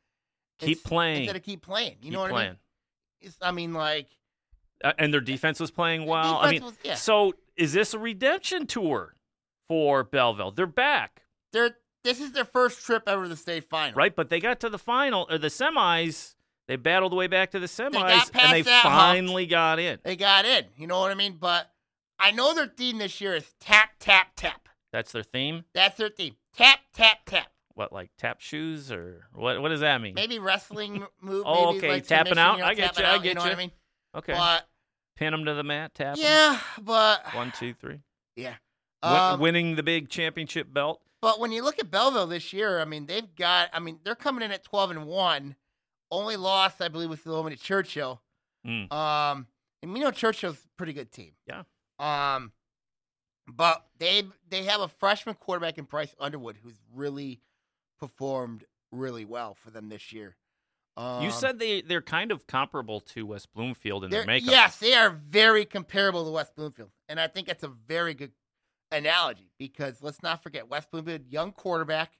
keep
ins-
playing.
Instead of keep playing, you
keep
know what
playing.
I mean? It's, I mean, like
Uh, and their defense was playing well. I
defense
mean,
was- yeah.
so is this a redemption tour for Belleville? They're back,
they're this is their first trip ever to the state final.
right? But they got to the final or the semis. They battled the way back to the semis,
past
and they
that hump.
finally got in.
They got in, you know what I mean? But I know their theme this year is tap tap tap.
That's their theme.
That's their theme. Tap tap tap.
What like tap shoes or what? What does that mean?
Maybe wrestling m- move.
Oh,
maybe
okay,
like
tapping
submission,
out.
You know,
I get
tapping
you, I
out,
get
know
you.
what I mean?
okay,
But
pin them to the mat. Tap. 'em.
yeah, but
One, two, three.
yeah.
Win-
Um,
winning the big championship belt.
But when you look at Belleville this year, I mean, they've got, I mean, they're coming in at 12 and 1. Only loss, I believe, was the one to Churchill.
Mm.
Um, and we know Churchill's a pretty good team.
Yeah.
Um, but they they have a freshman quarterback in Bryce Underwood who's really performed really well for them this year. Um,
You said they they're kind of comparable to West Bloomfield in their
they're-
makeup.
Yes, they are very comparable to West Bloomfield, and I think that's a very good analogy because let's not forget West Bloomfield, young quarterback,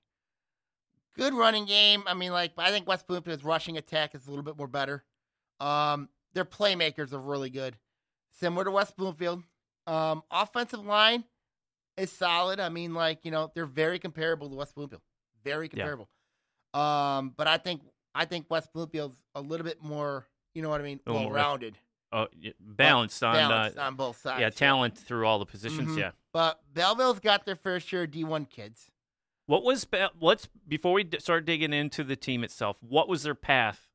good running game. I mean, like I think West Bloomfield's rushing attack is a little bit more better. Um, their playmakers are really good, similar to West Bloomfield. Um, offensive line is solid. I mean, like you know, they're very comparable to West Bloomfield, very comparable. Um, but I think I think West Bloomfield's a little bit more. You know what I mean?
A little
Well
more
rounded
Uh, y- balanced on,
balanced
uh,
on both sides.
yeah talent through all the positions.
Mhm.
Yeah.
But Belleville's got their fair share of D1 kids.
What was Be- let's before we d- start digging into the team itself? What was their path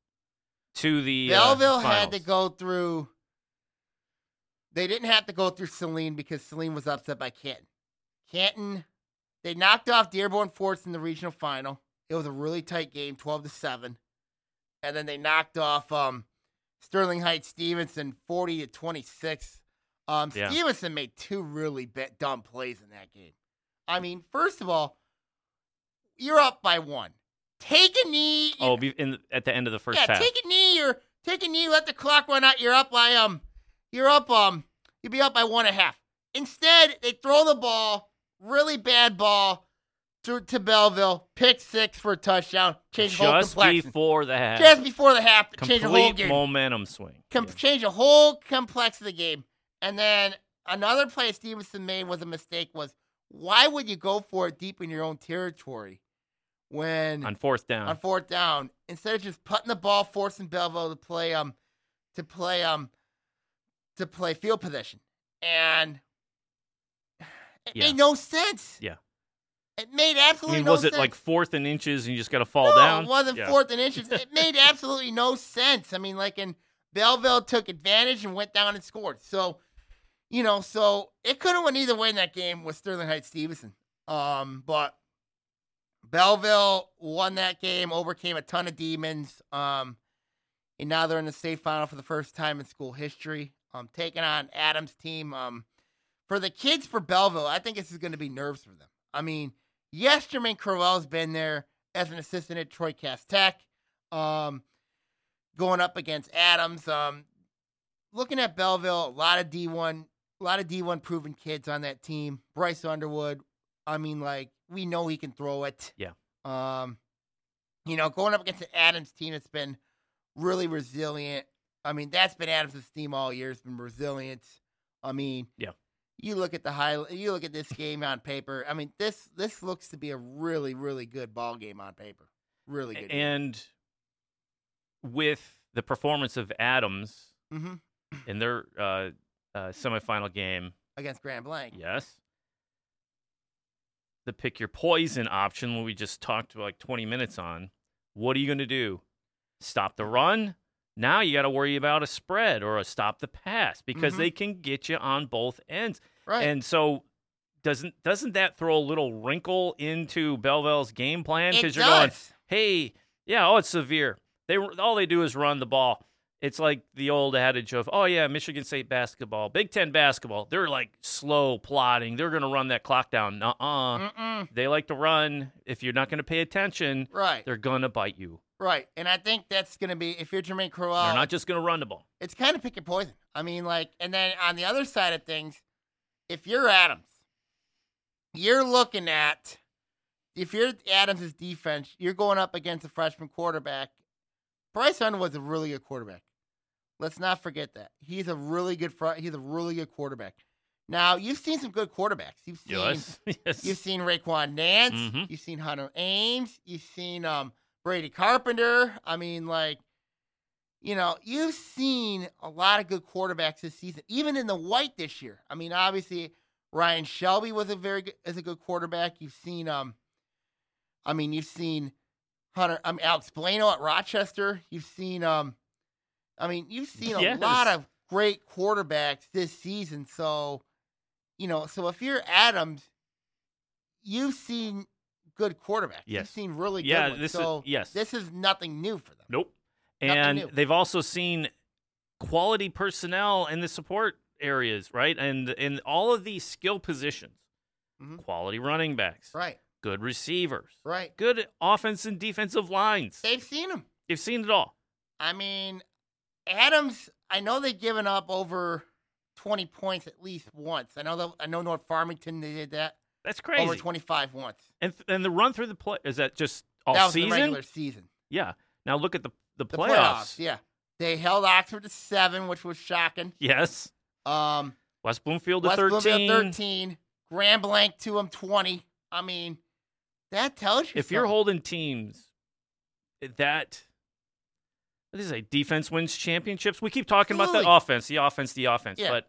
to the uh,
Belleville had to
finals?
go through. They didn't have to go through Celine because Celine was upset by Canton. Canton, they knocked off Dearborn Forts in the regional final. It was a really tight game, twelve to seven, and then they knocked off um, Sterling Heights Stevenson forty to twenty six. Um,
Yeah.
Stevenson made two really ba- dumb plays in that game. I mean, first of all, you're up by one. Take a knee.
Oh, be- in the, at the end of the first
yeah,
half.
take a knee or take a knee, let the clock run out. You're up by um you're up um you'd be up by one and a half. Instead, they throw the ball, really bad ball, to, to Belleville, pick six for a touchdown, change the whole
Just
complexion.
before the half,
Just before the half, change the whole
complete
game.
momentum swing.
Com-
Yeah.
Change the whole complex of the game. And then another play Stevenson made was a mistake. Was why would you go for it deep in your own territory when
on fourth down.
on fourth down instead of just putting the ball, forcing Belleville to play um to play um to play field position, and it
Yeah.
made no sense.
Yeah.
it made
I
absolutely
mean,
no
was
sense.
it like fourth and inches and you just got to fall
no,
down?
It wasn't
Yeah.
fourth and inches. It made absolutely no sense. I mean, like, and Belleville took advantage and went down and scored. So, you know, so it could have went either way in that game with Sterling Heights Stevenson. Um, but Belleville won that game, overcame a ton of demons. Um, and now they're in the state final for the first time in school history. Um, taking on Adams' team. Um, for the kids for Belleville, I think this is going to be nerves for them. I mean, yes, Jermaine Crowell's been there as an assistant at Troy Cast Tech, um, going up against Adams. Um, looking at Belleville, a lot of D one, a lot of D one proven kids on that team. Bryce Underwood, I mean, like we know he can throw it.
Yeah.
Um, you know, going up against the Adams team that's been really resilient. I mean, that's been Adams' team all year. It's been resilient. I mean,
Yeah.
You look at the high. You look at this game on paper. I mean, this this looks to be a really really good ball game on paper. Really good.
And with the performance of Adams
game. hmm
in their uh, uh, semifinal game,
against Grand Blanc.
yes, the pick your poison option, what we just talked like 20 minutes on, what are you going to do? Stop the run? Now you got to worry about a spread or a stop the pass because
Mhm.
they can get you on both ends.
Right.
And so doesn't doesn't that throw a little wrinkle into Belleville's game plan
it
because you're
does.
going, hey, yeah, oh, it's severe. They all they do is run the ball. It's like the old adage of, oh yeah, Michigan State basketball, Big Ten basketball. They're like slow plotting. They're gonna run that clock down. Uh uh
Mm-mm.
They like to run. If you're not gonna pay attention,
Right.
they're gonna bite you.
Right. And I think that's going to be if you're Jermaine Crowell.
they're not just gonna run the ball.
it's kind of pick your poison. I mean, like, and then on the other side of things, if you're Adams, you're looking at if you're Adams' defense, you're going up against a freshman quarterback. Bryce Underwood's a really good quarterback. Let's not forget that he's a really good fr- he's a really good quarterback. Now you've seen some good quarterbacks. You've seen
Yes. yes.
You've seen Raquan Nance.
Mhm.
You've seen Hunter Ames. You've seen um, Brady Carpenter. I mean, like, you know, you've seen a lot of good quarterbacks this season, even in the white this year. I mean, obviously Ryan Shelby was a very good, is a good quarterback. You've seen, um, I mean, you've seen Hunter, I mean, Alex Blano at Rochester. You've seen, um, I mean, you've seen a
Yes.
lot of great quarterbacks this season. So, you know, so if you're Adams, you've seen good quarterbacks. You've
Yes.
seen really
Yeah,
good ones.
this is-
so
yes.
This is nothing new for them.
Nope.
Nothing
And
new.
they've also seen quality personnel in the support areas, right? And in all of these skill positions,
Mhm.
quality running backs,
Right,
good receivers,
right.
good offense and defensive lines.
They've seen them.
They've seen it all.
I mean, Adams. I know they've given up over twenty points at least once. I know. That, I know North Farmington they did that
That's crazy.
over twenty five once.
and th- and the run through the play is that just all
that was the
season?
regular season.
yeah. Now look at the the
The
playoffs.
Yeah, they held Oxford to seven, which was shocking.
Yes.
Um,
West Bloomfield to
West
13.
Bloomfield thirteen, Grand Blanc to them twenty. I mean, that tells you.
if you're
something.
holding teams that what is it defense wins championships we keep talking
Absolutely.
about the offense the offense the offense
Yeah.
but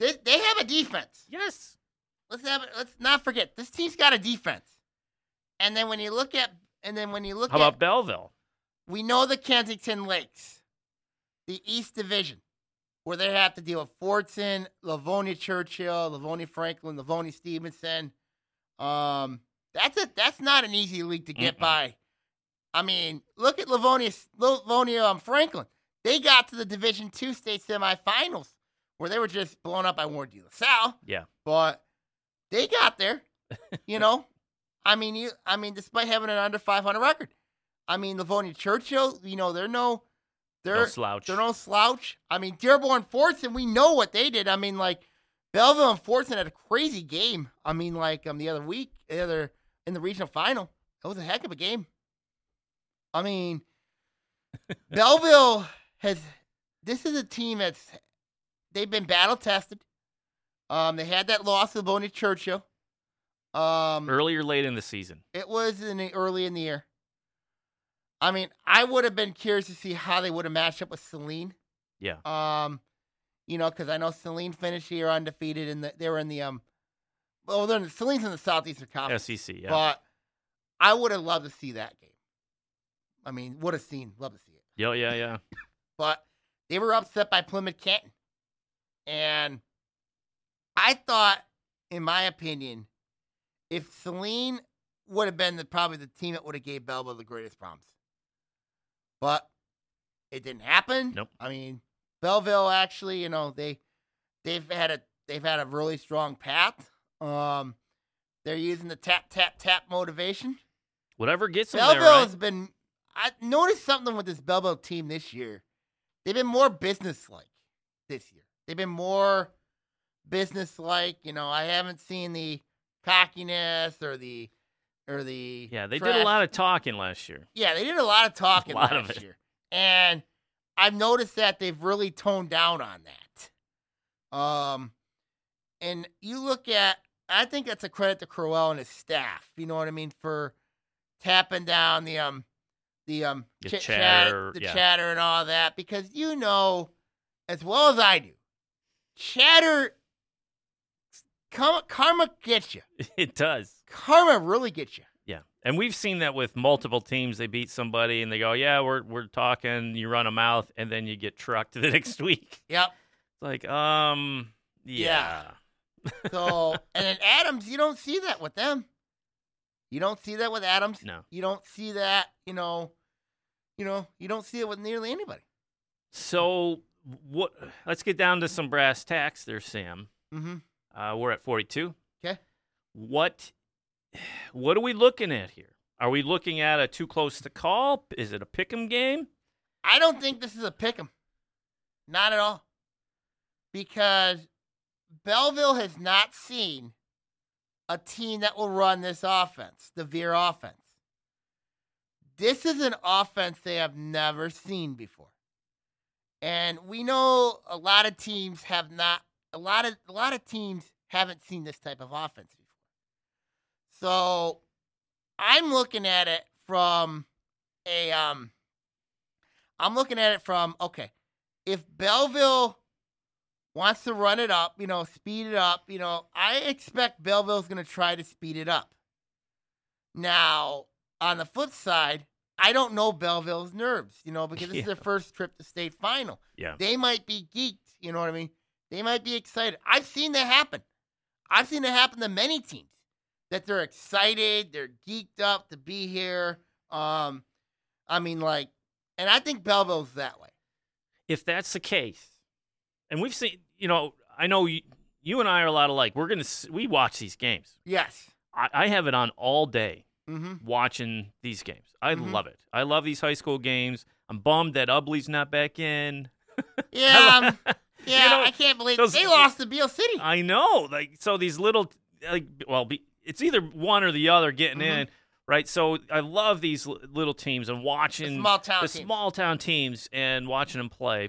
They, they have a defense.
yes
Let's have let's not forget this team's got a defense. And then when you look at and then when you look
how
at
about belleville
we know the Kensington Lakes, the East Division, where they have to deal with Fortson, Livonia Churchill, Livonia Franklin, Livonia Stevenson. Um, that's a that's not an easy league to get
Mm-mm.
by. I mean, look at Livonia, Livonia um, Franklin. They got to the Division Two state semifinals, where they were just blown up by Warren De La Salle.
Yeah.
but they got there. You know, I mean, you, I mean, despite having an under five hundred record, I mean, Livonia Churchill, you know, they're no, they're
no slouch
they're no slouch. I mean, Dearborn Fortson, we know what they did. I mean, like Belleville and Fortson had a crazy game. I mean, like um, the other week, the other in the regional final, it was a heck of a game. I mean, Belleville has. This is a team that's they've been battle tested. Um, they had that loss to Boney Churchill. Um,
Early or late in the season.
it was in the early in the year. I mean, I would have been curious to see how they would have matched up with Celine.
Yeah.
Um, you know, because I know Celine finished the year undefeated, and the, they were in the um, well, they're in, Celine's in the Southeastern Conference,
SEC. E Yeah.
but I would have loved to see that game. I mean, would have seen, love to see it,
yeah. Yeah. Yeah.
but they were upset by Plymouth Canton, and I thought, in my opinion, if Celine would have been the, probably the team that would have gave Belbo the greatest problems. But it didn't happen.
Nope.
I mean, Belleville actually, you know, they they've had a they've had a really strong path. Um, they're using the tap tap tap motivation.
Whatever gets them
Belleville
there. Right?
has been. I noticed something with this Belleville team this year. They've been more businesslike this year. They've been more businesslike. You know, I haven't seen the cockiness or the or the
Yeah. They did
trash-
a lot of talking last year.
yeah, they did a lot of talking
A lot of
last
it.
year, and I've noticed that they've really toned down on that. Um, and you look at, I think that's a credit to Crowell and his staff. You know what I mean for tapping down the um, the um,
The
chit
chatter,
chat, the
yeah.
chatter, and all that because you know as well as I do, chatter. Karma, karma gets you.
it does.
Karma really gets you.
Yeah. And we've seen that with multiple teams. They beat somebody and they go, yeah, we're, we're talking. You run a mouth and then you get trucked the next week.
Yep.
It's like, um, yeah.
Yeah. So, and then Adams, you don't see that with them. You don't see that with Adams.
No.
You don't see that, you know, you know, you don't see it with nearly anybody.
So what? Let's get down to some brass tacks there, Sam.
Mm-hmm.
Uh, we're at 42.
'Kay.
What what are we looking at here? Are we looking at a too close to call? Is it a pick 'em game?
I don't think this is a pick 'em. Not at all. Because Belleville has not seen a team that will run this offense, the Veer offense. This is an offense they have never seen before. And we know a lot of teams have not a lot of a lot of teams haven't seen this type of offense before. So I'm looking at it from a um I'm looking at it from okay, if Belleville wants to run it up, you know, speed it up, you know, I expect Belleville's going to try to speed it up. Now, on the flip side, I don't know Belleville's nerves, you know, because this is
Yeah.
their first trip to state final.
Yeah.
They might be geeked, you know what I mean? They might be excited. I've seen that happen. I've seen it happen to many teams that they're excited, they're geeked up to be here. Um, I mean, like, and I think Belleville's that way.
If that's the case, and we've seen, you know, I know you, you and I are a lot alike. We're gonna s- we watch these games.
Yes.
I, I have it on all day
Mm-hmm.
watching these games. I
Mhm.
love it. I love these high school games. I'm bummed that Ubley's not back in.
Yeah, um, yeah.
know,
I can't believe
those- uh,
they lost to Beale City.
I know. Like so these little like well be, it's either one or the other getting
Mhm.
in, right? So I love these l- little teams and
The
watching
small town
the
team.
small town teams and watching them play.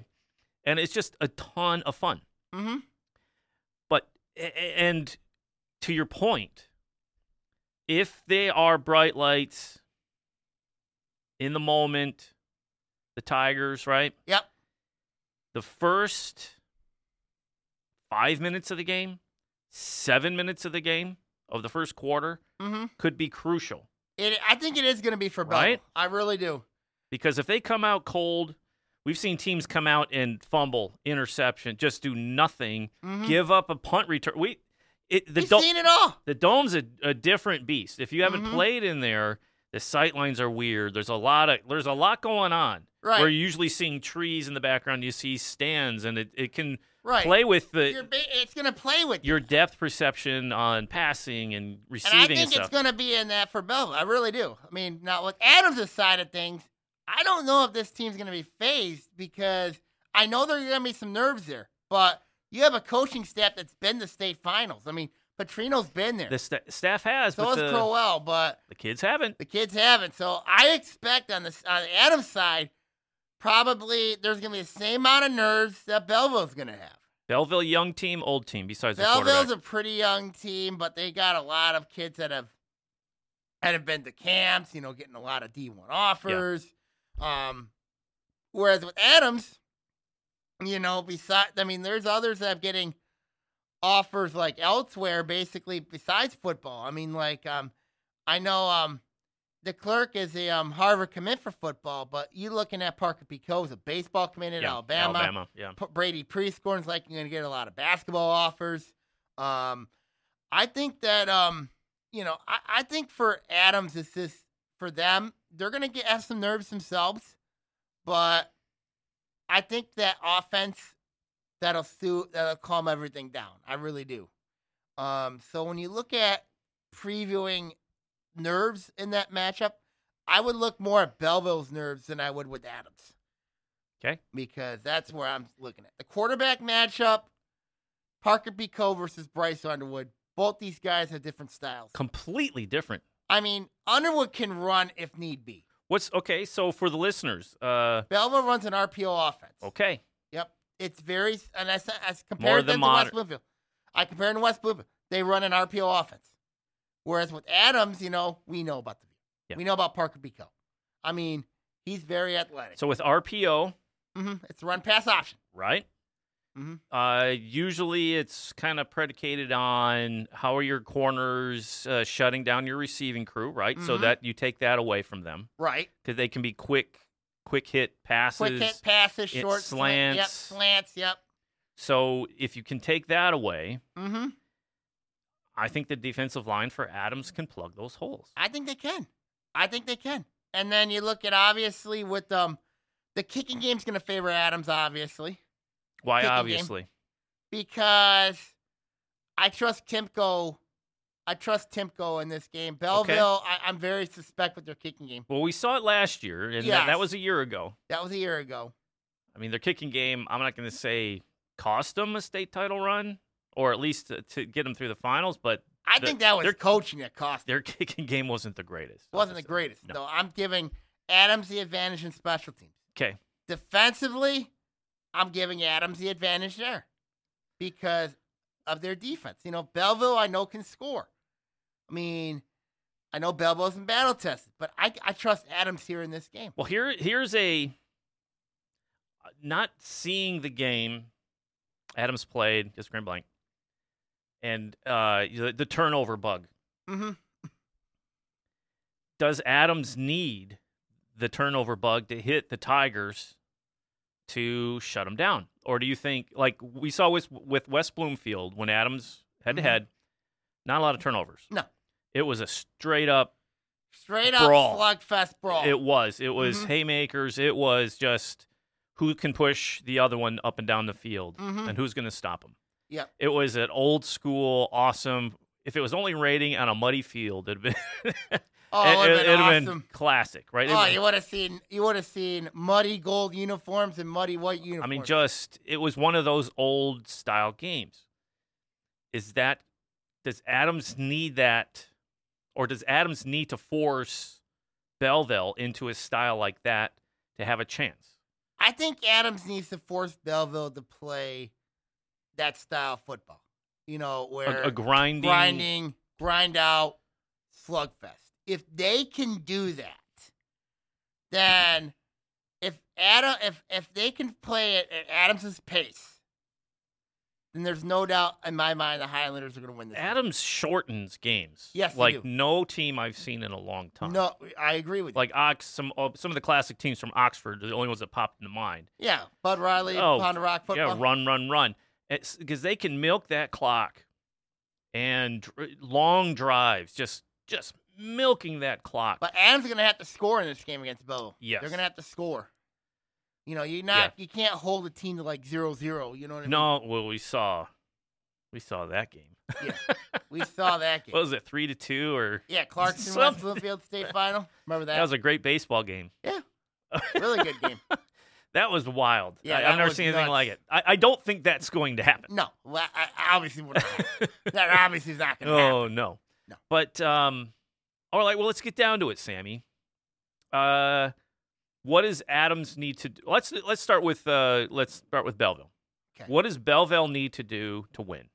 And it's just a ton of fun.
mm-hmm.
But a- a- and to your point, if they are bright lights in the moment, the Tigers, right?
Yep.
the first five minutes of the game, seven minutes of the game of the first quarter
Mm-hmm.
could be crucial
It, I think it is going to be for Belleville.
Right?
I really do.
because if they come out cold, we've seen teams come out and fumble, interception, just do nothing,
Mm-hmm.
give up a punt return. We it the
We've
do-
seen it all.
the dome's a, a different beast. If you haven't
Mhm.
played in there, the sight lines are weird. There's a lot of there's a lot going on.
Right.
We're usually seeing trees in the background. You see stands, and it, it can
right.
play with the
You're ba- it's going to play with you.
your depth perception on passing and
And I
receiving and,
think it's
stuff.
going to be in that for Belleville. I really do. I mean, now with Adams' side of things, I don't know if this team's going to be phased because I know there's going to be some nerves there, but you have a coaching staff that's been to state finals. I mean, Petrino's been there.
the sta- staff has,
so
but
has
the,
Crowell, but
the kids haven't.
the kids haven't. So I expect on the, on the Adams side, probably there's going to be the same amount of nerves that Belleville's going to have.
Belleville young team, old team. Besides the
Belleville's
quarterback,
a pretty young team, but they got a lot of kids that have that have been to camps, you know, getting a lot of D one offers. Um whereas with Adams, you know, beside I mean, there's others that have getting offers like elsewhere, basically besides football. I mean, like um I know um the clerk is a um, Harvard commit for football, but you looking at Parker Pico, a baseball commit at
yeah,
Alabama.
Alabama, yeah.
P- Brady Prescorn's like you're going to get a lot of basketball offers. Um, I think that um, you know, I, I think for Adams, it's just for them they're going to get have some nerves themselves, but I think that offense that'll su- that'll calm everything down. I really do. Um, so when you look at previewing nerves in that matchup, I would look more at Belleville's nerves than I would with Adams because that's where I'm looking at. The quarterback matchup, Parker Biko versus Bryce Underwood. Both these guys have different styles.
Completely different.
I mean, Underwood can run if need be.
What's okay? So for the listeners, uh,
Belva runs an RPO offense.
okay,
Yep. It's very, and I, s- I s-
More
compare
than
them to West
moder-
Bloomfield. I compare them to West Bloomfield. They run an RPO offense. Whereas with Adams, you know, we know about the
Yeah.
We know about Parker Biko. I mean, he's very athletic.
so with RPO,
hmm It's run pass option.
right?
Mhm.
Uh, usually it's kind of predicated on how are your corners uh, shutting down your receiving crew, right? So
Mhm.
that you take that away from them
Right.
because they can be quick, quick hit passes.
Quick hit passes,
it
short slant-
slants.
Yep. Slants. Yep.
So if you can take that away,
Mm-hmm.
I think the defensive line for Adams can plug those holes.
I think they can. I think they can. And then you look at obviously with um the kicking game's going to favor Adams obviously
Why?
Kicking game.
Obviously,
because I trust Timko. I trust Timko in this game. Belleville, I, I'm very suspect with their kicking game.
well, we saw it last year, and that,
Yes.
that was a year ago.
That was a year ago.
I mean, their kicking game, I'm not going to say cost them a state title run or at least to, to get them through the finals, but
I
The-
think that was
their-
coaching that cost. them.
their kicking game wasn't the greatest.
Wasn't
obviously.
the greatest.
No.
No. I'm giving Adams the advantage in special teams.
Okay.
Defensively, I'm giving Adams the advantage there because of their defense. You know, Belleville, I know, can score. I mean, I know Belleville's in battle tested, but I, I trust Adams here in this game.
Well, here here's a not seeing the game Adams played just grand blank, and uh, the, the turnover bug.
Mm-hmm.
Does Adams need the turnover bug to hit the Tigers to shut them down, or do you think like we saw with with West Bloomfield when Adams head to head, not a lot of turnovers.
Mm-hmm. No.
it was a straight up
Straight up
Brawl.
slugfest brawl.
It was. It was
Mhm.
haymakers. It was just who can push the other one up and down the field
Mhm.
and who's going to stop him.
Yep.
It was an old school, awesome. If it was only rating on a muddy field, it'd been
oh, it, would have been
it'd
awesome.
classic, right? It
oh,
would've-
you would have seen you would have seen muddy gold uniforms and muddy white
I
uniforms.
mean, just it was one of those old style games. Is that does Adams need that, or does Adams need to force Belleville into a style like that to have a chance?
I think Adams needs to force Belleville to play that style of football. You know, where
A, a grinding,
grinding, grind out, slugfest. If they can do that, then if Adam, if if they can play it at Adams's pace, then there's no doubt in my mind the Highlanders are going to win this. game.
Adams shortens games.
Yes, they
like
do.
no team I've seen in a long time.
no, I agree with you.
like Ox, some oh, some of the classic teams from Oxford, are the only ones that popped into mind.
yeah, Bud Riley,
Oh,
Pond Rock
Yeah,
football.
run, run, run, because they can milk that clock and dr- long drives, just just milking that clock.
But Adams is going to have to score in this game against Belleville.
Yes.
they're going to have to score. You know, you're not, you can't hold a team to like zero zero. You know what I
no, well, we saw, we saw that game.
mean? We saw that game.
What was it, three to two, or
Yeah, Clarkson West
Something.
Bloomfield State Final. Remember that?
that was a great baseball game.
really good game.
That was wild.
Yeah,
I,
that
have never
was
seen anything
nuts.
like it. I, I don't think that's going to happen.
No, well, I, I obviously would that obviously is not going to happen.
Oh no.
No.
But um all right, well let's get down to it, Sammy. Uh what does Adams need to do? Let's let's start with uh let's start with Belleville.
Okay.
What does Belleville need to do to win?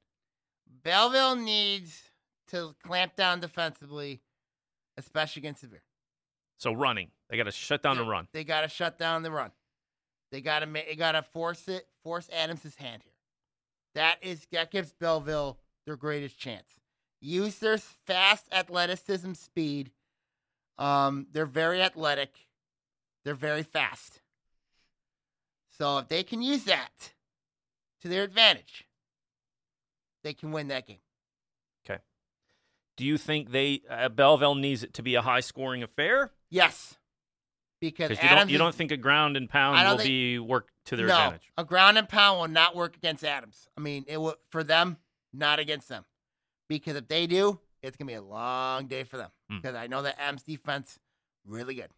Belleville needs to clamp down defensively, especially against Severe.
So running, they got to shut down the
Yeah.
run.
They got to shut down the run. They got to make. They got to force it. Force Adams's hand here. That is that gives Belleville their greatest chance. Use their fast athleticism, speed. Um, they're very athletic. They're very fast. So if they can use that to their advantage, they can win that game.
Do you think they uh, Belleville needs it to be a high scoring affair?
Yes, because
Because you
Adams
don't you
is-
don't think a ground and pound
I don't
will
think-
be worked to their
no,
advantage.
A ground and pound will not work against Adams. I mean, it will for them, not against them. Because if they do, it's gonna be a long day for them.
Mm.
Because I know that Adams defense really good.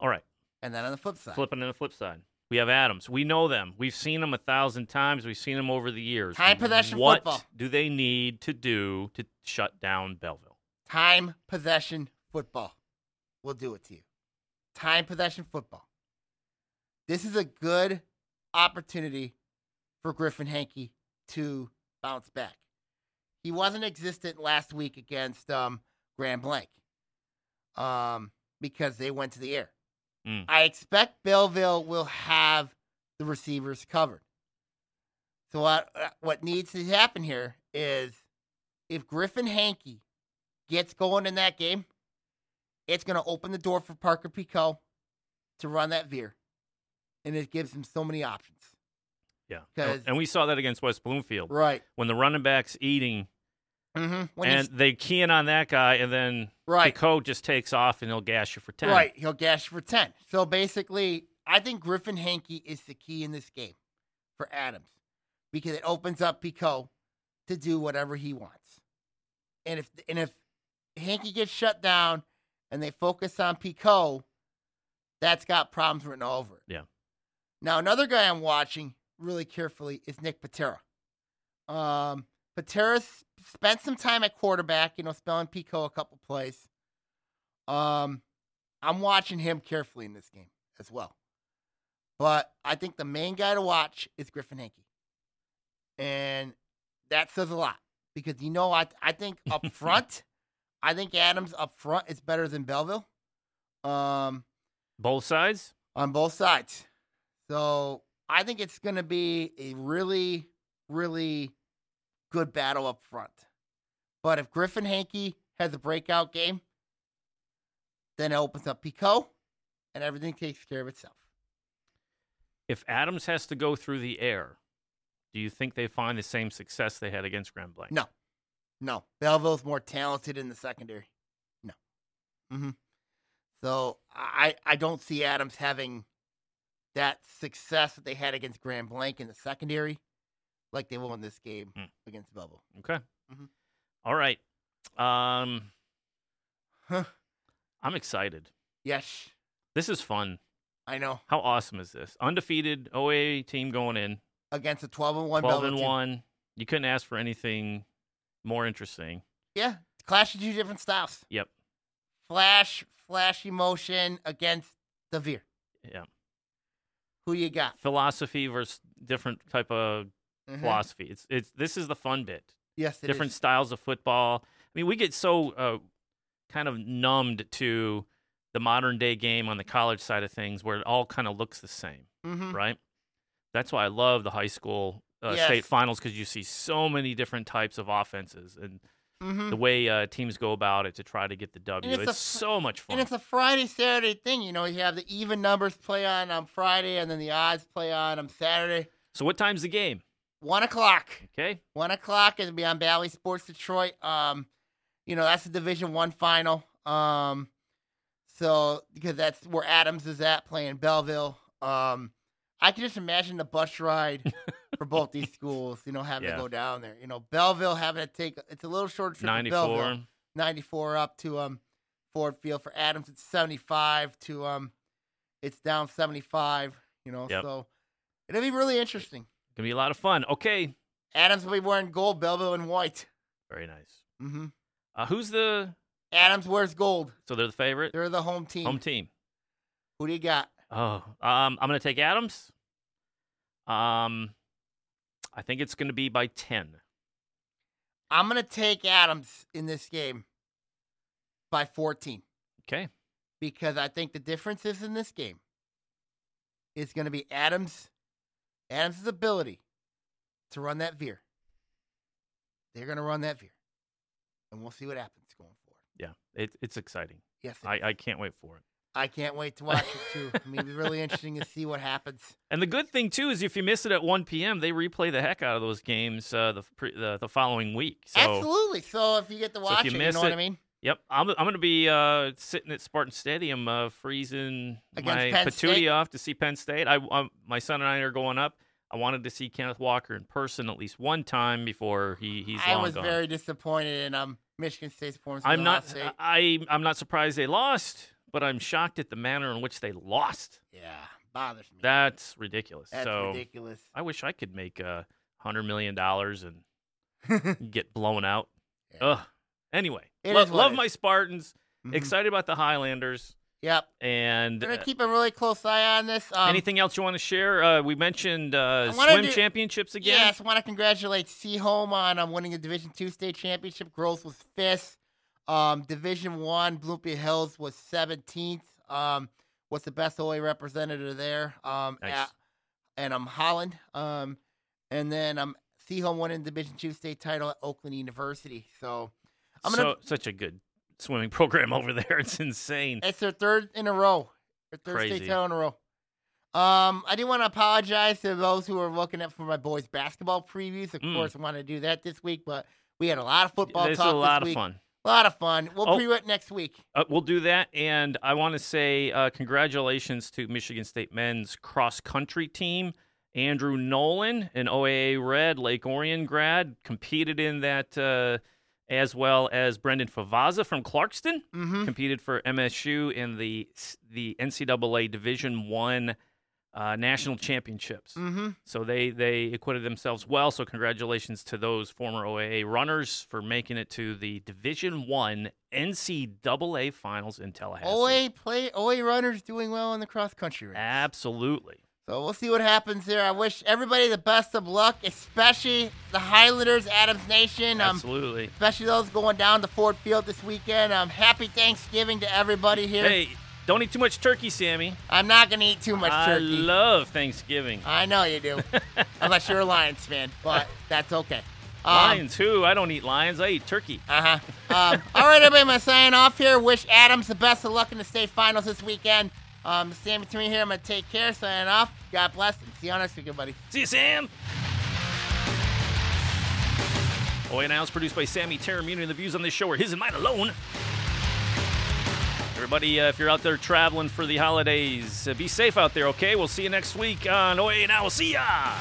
All right,
And then on the flip side,
flipping to the flip side. We have Adams. We know them. We've seen them a thousand times. We've seen them over the years.
Time possession
What
football.
do they need to do to shut down Belleville?
time possession football will do it to you. Time possession football. This is a good opportunity for Griffin Hankey to bounce back. He wasn't existent last week against um, Grand Blank um, because they went to the air.
Mm.
I expect Belleville will have the receivers covered. So what uh, what needs to happen here is if Griffin Hankey gets going in that game, it's going to open the door for Parker Pico to run that veer, and it gives him so many options.
Yeah,
'Cause-
and we saw that against West Bloomfield
Right.
when the running backs eating
Mm-hmm. When
and
he's
they key in on that guy, and then
right.
Pico just takes off and he'll gash you for ten.
Right, he'll gash for 10. So basically, I think Griffin Hankey is the key in this game for Adams because it opens up Pico to do whatever he wants. And if and if Hankey gets shut down and they focus on Pico, that's got problems written all over it.
Yeah.
Now another guy I'm watching really carefully is Nick Patera. Um Patera s- spent some time at quarterback, you know, spelling Pico a couple plays. Um I'm watching him carefully in this game as well. But I think the main guy to watch is Griffin Hankey. And that says a lot because, you know, I, I think up front, I think Adams up front is better than Belleville um,
Both sides.
on both sides. So I think it's going to be a really, really good battle up front. But if Griffin Hankey has a breakout game, then it opens up Pico and everything takes care of itself.
If Adams has to go through the air, do you think they find the same success they had against Grand Blanc?
No, no. Belleville's more talented in the secondary. No. hmm So I I don't see Adams having that success that they had against Grand Blanc in the secondary, like they will in this game
Mm.
against Belleville.
Okay.
Mhm.
All right. Um,
Huh.
I'm excited.
Yes,
This is fun.
I know.
How awesome is this? Undefeated OAA team going in,
Against a twelve and one,
12
Belleville
and
team.
1. You couldn't ask for anything more interesting.
Yeah, clash of two different styles.
Yep.
Flash, flash emotion against the Veer.
Yeah.
Who you got?
Philosophy versus different type of
Mhm.
philosophy. It's it's this is the fun bit.
Yes, it is.
different styles of football. I mean, we get so uh, kind of numbed to the modern day game on the college side of things where it all kind of looks the same,
Mhm.
right? That's why I love the high school uh,
Yes.
state finals because you see so many different types of offenses and
Mhm.
the way uh, teams go about it to try to get the W.
it's
It's,
a fr-
so much fun.
And it's a Friday, Saturday thing. You know, you have the even numbers play on on Friday, and then the odds play on on Saturday.
so, what time's the game?
One o'clock.
Okay.
One o'clock is be on Valley Sports Detroit. Um, you know, that's the Division One final. Um, so because that's where Adams is at playing Belleville. Um, I can just imagine the bus ride for both these schools. You know, having
Yeah.
to go down there. You know, Belleville having to take it's a little short trip. to
94.
Belleville. 94 up to um Ford Field for Adams. It's 75 to um it's down 75. You know,
Yep.
so it'll be really interesting.
Gonna be a lot of fun. Okay.
Adams will be wearing gold, Belleville in white.
Very nice.
hmm
Uh, who's the.
Adams wears gold.
So, they're the favorite?
They're the home team.
Home team.
Who do you got?
Oh, um, I'm gonna take Adams. Um, I think it's going to be by 10.
I'm going to take Adams in this game by 14
Okay.
because I think the differences in this game is going to be Adams Adams' ability to run that veer. They're going to run that veer, and we'll see what happens going forward.
Yeah. It, it's exciting.
Yes,
I, I can't wait for it.
I can't wait to watch it too. I mean, it'll be really interesting to see what happens.
And the good thing too is if you miss it at 1 p.m., they replay the heck out of those games uh, the, pre- the the following week. So
Absolutely. So if you get to watch
you
it, you
miss
know what
it,
I mean.
yep, I'm, I'm going to be uh, sitting at Spartan Stadium, uh, freezing
Against
my
Penn
patootie
State?
off to see Penn State. I, i my son and I are going up. I wanted to see Kenneth Walker in person at least one time before he, he's
I
long
was
gone.
very disappointed in um Michigan State's performance.
I'm not
State.
I I'm not surprised they lost, but I'm shocked at the manner in which they lost.
yeah, bothers me.
That's ridiculous.
That's
so
ridiculous.
I wish I could make a uh, hundred million dollars and get blown out.
Yeah.
Ugh. Anyway,
It
lo-
is what
love
it is.
my Spartans.
Mhm.
Excited about the Highlanders.
Yep.
And
We're
uh,
gonna keep a really close eye on this. Um,
anything else you want to share? Uh, we mentioned uh,
I wanna
swim
do-
championships again.
Yes, want to congratulate Seaholm on um, winning the Division Two state championship. Growth was fifth. Um, Division One, Bloomfield Hills was seventeenth. Um, was the best OA representative there. Um,
Nice.
at- and um Holland. Um, and then um Seaholm won in Division Two state title at Oakland University. So I'm gonna.
so, such a good swimming program over there. It's insane.
It's their third in a row. Their third
Crazy.
state title in a row. Um, I do want to apologize to those who are looking up for my boys' basketball previews. Of
Mm.
course, I want to do that this week, but we had a lot of football
this is
talk
a lot
this
of
week.
fun.
A lot of fun. We'll
Oh.
preview it next week.
Uh, we'll do that. And I want to say uh, congratulations to Michigan State men's cross country team. Andrew Nolan, an OAA Red Lake Orion grad, competed in that, uh, as well as Brendan Favaza from Clarkston,
Mm-hmm.
competed for MSU in the the NCAA Division One uh, national championships.
Mm-hmm.
So they they acquitted themselves well. So congratulations to those former OAA runners for making it to the Division One NCAA finals in Tallahassee.
OA play. OA runners doing well in the cross country race.
Absolutely.
So we'll see what happens there. I wish everybody the best of luck, especially the Highlanders, Adams Nation. Um,
Absolutely.
especially those going down to Ford Field this weekend. Um, happy Thanksgiving to everybody here.
Hey, don't eat too much turkey, Sammy.
I'm not gonna eat too much
I
turkey. Um,
love Thanksgiving.
I know you do, unless you're a Lions fan, but that's okay. Um,
lions who? I don't eat lions. I eat turkey.
Uh huh. Um, all right, everybody, I'm gonna sign off here. Wish Adams the best of luck in the state finals this weekend. Um, Sam between here. I'm gonna take care. Signing off. God bless and see you next week, everybody.
See you, Sam. OA Now is produced by Sammy Terramuni, and the views on this show are his and mine alone. Everybody, uh, if you're out there traveling for the holidays, uh, be safe out there, okay? We'll see you next week on OA Now. We'll see ya!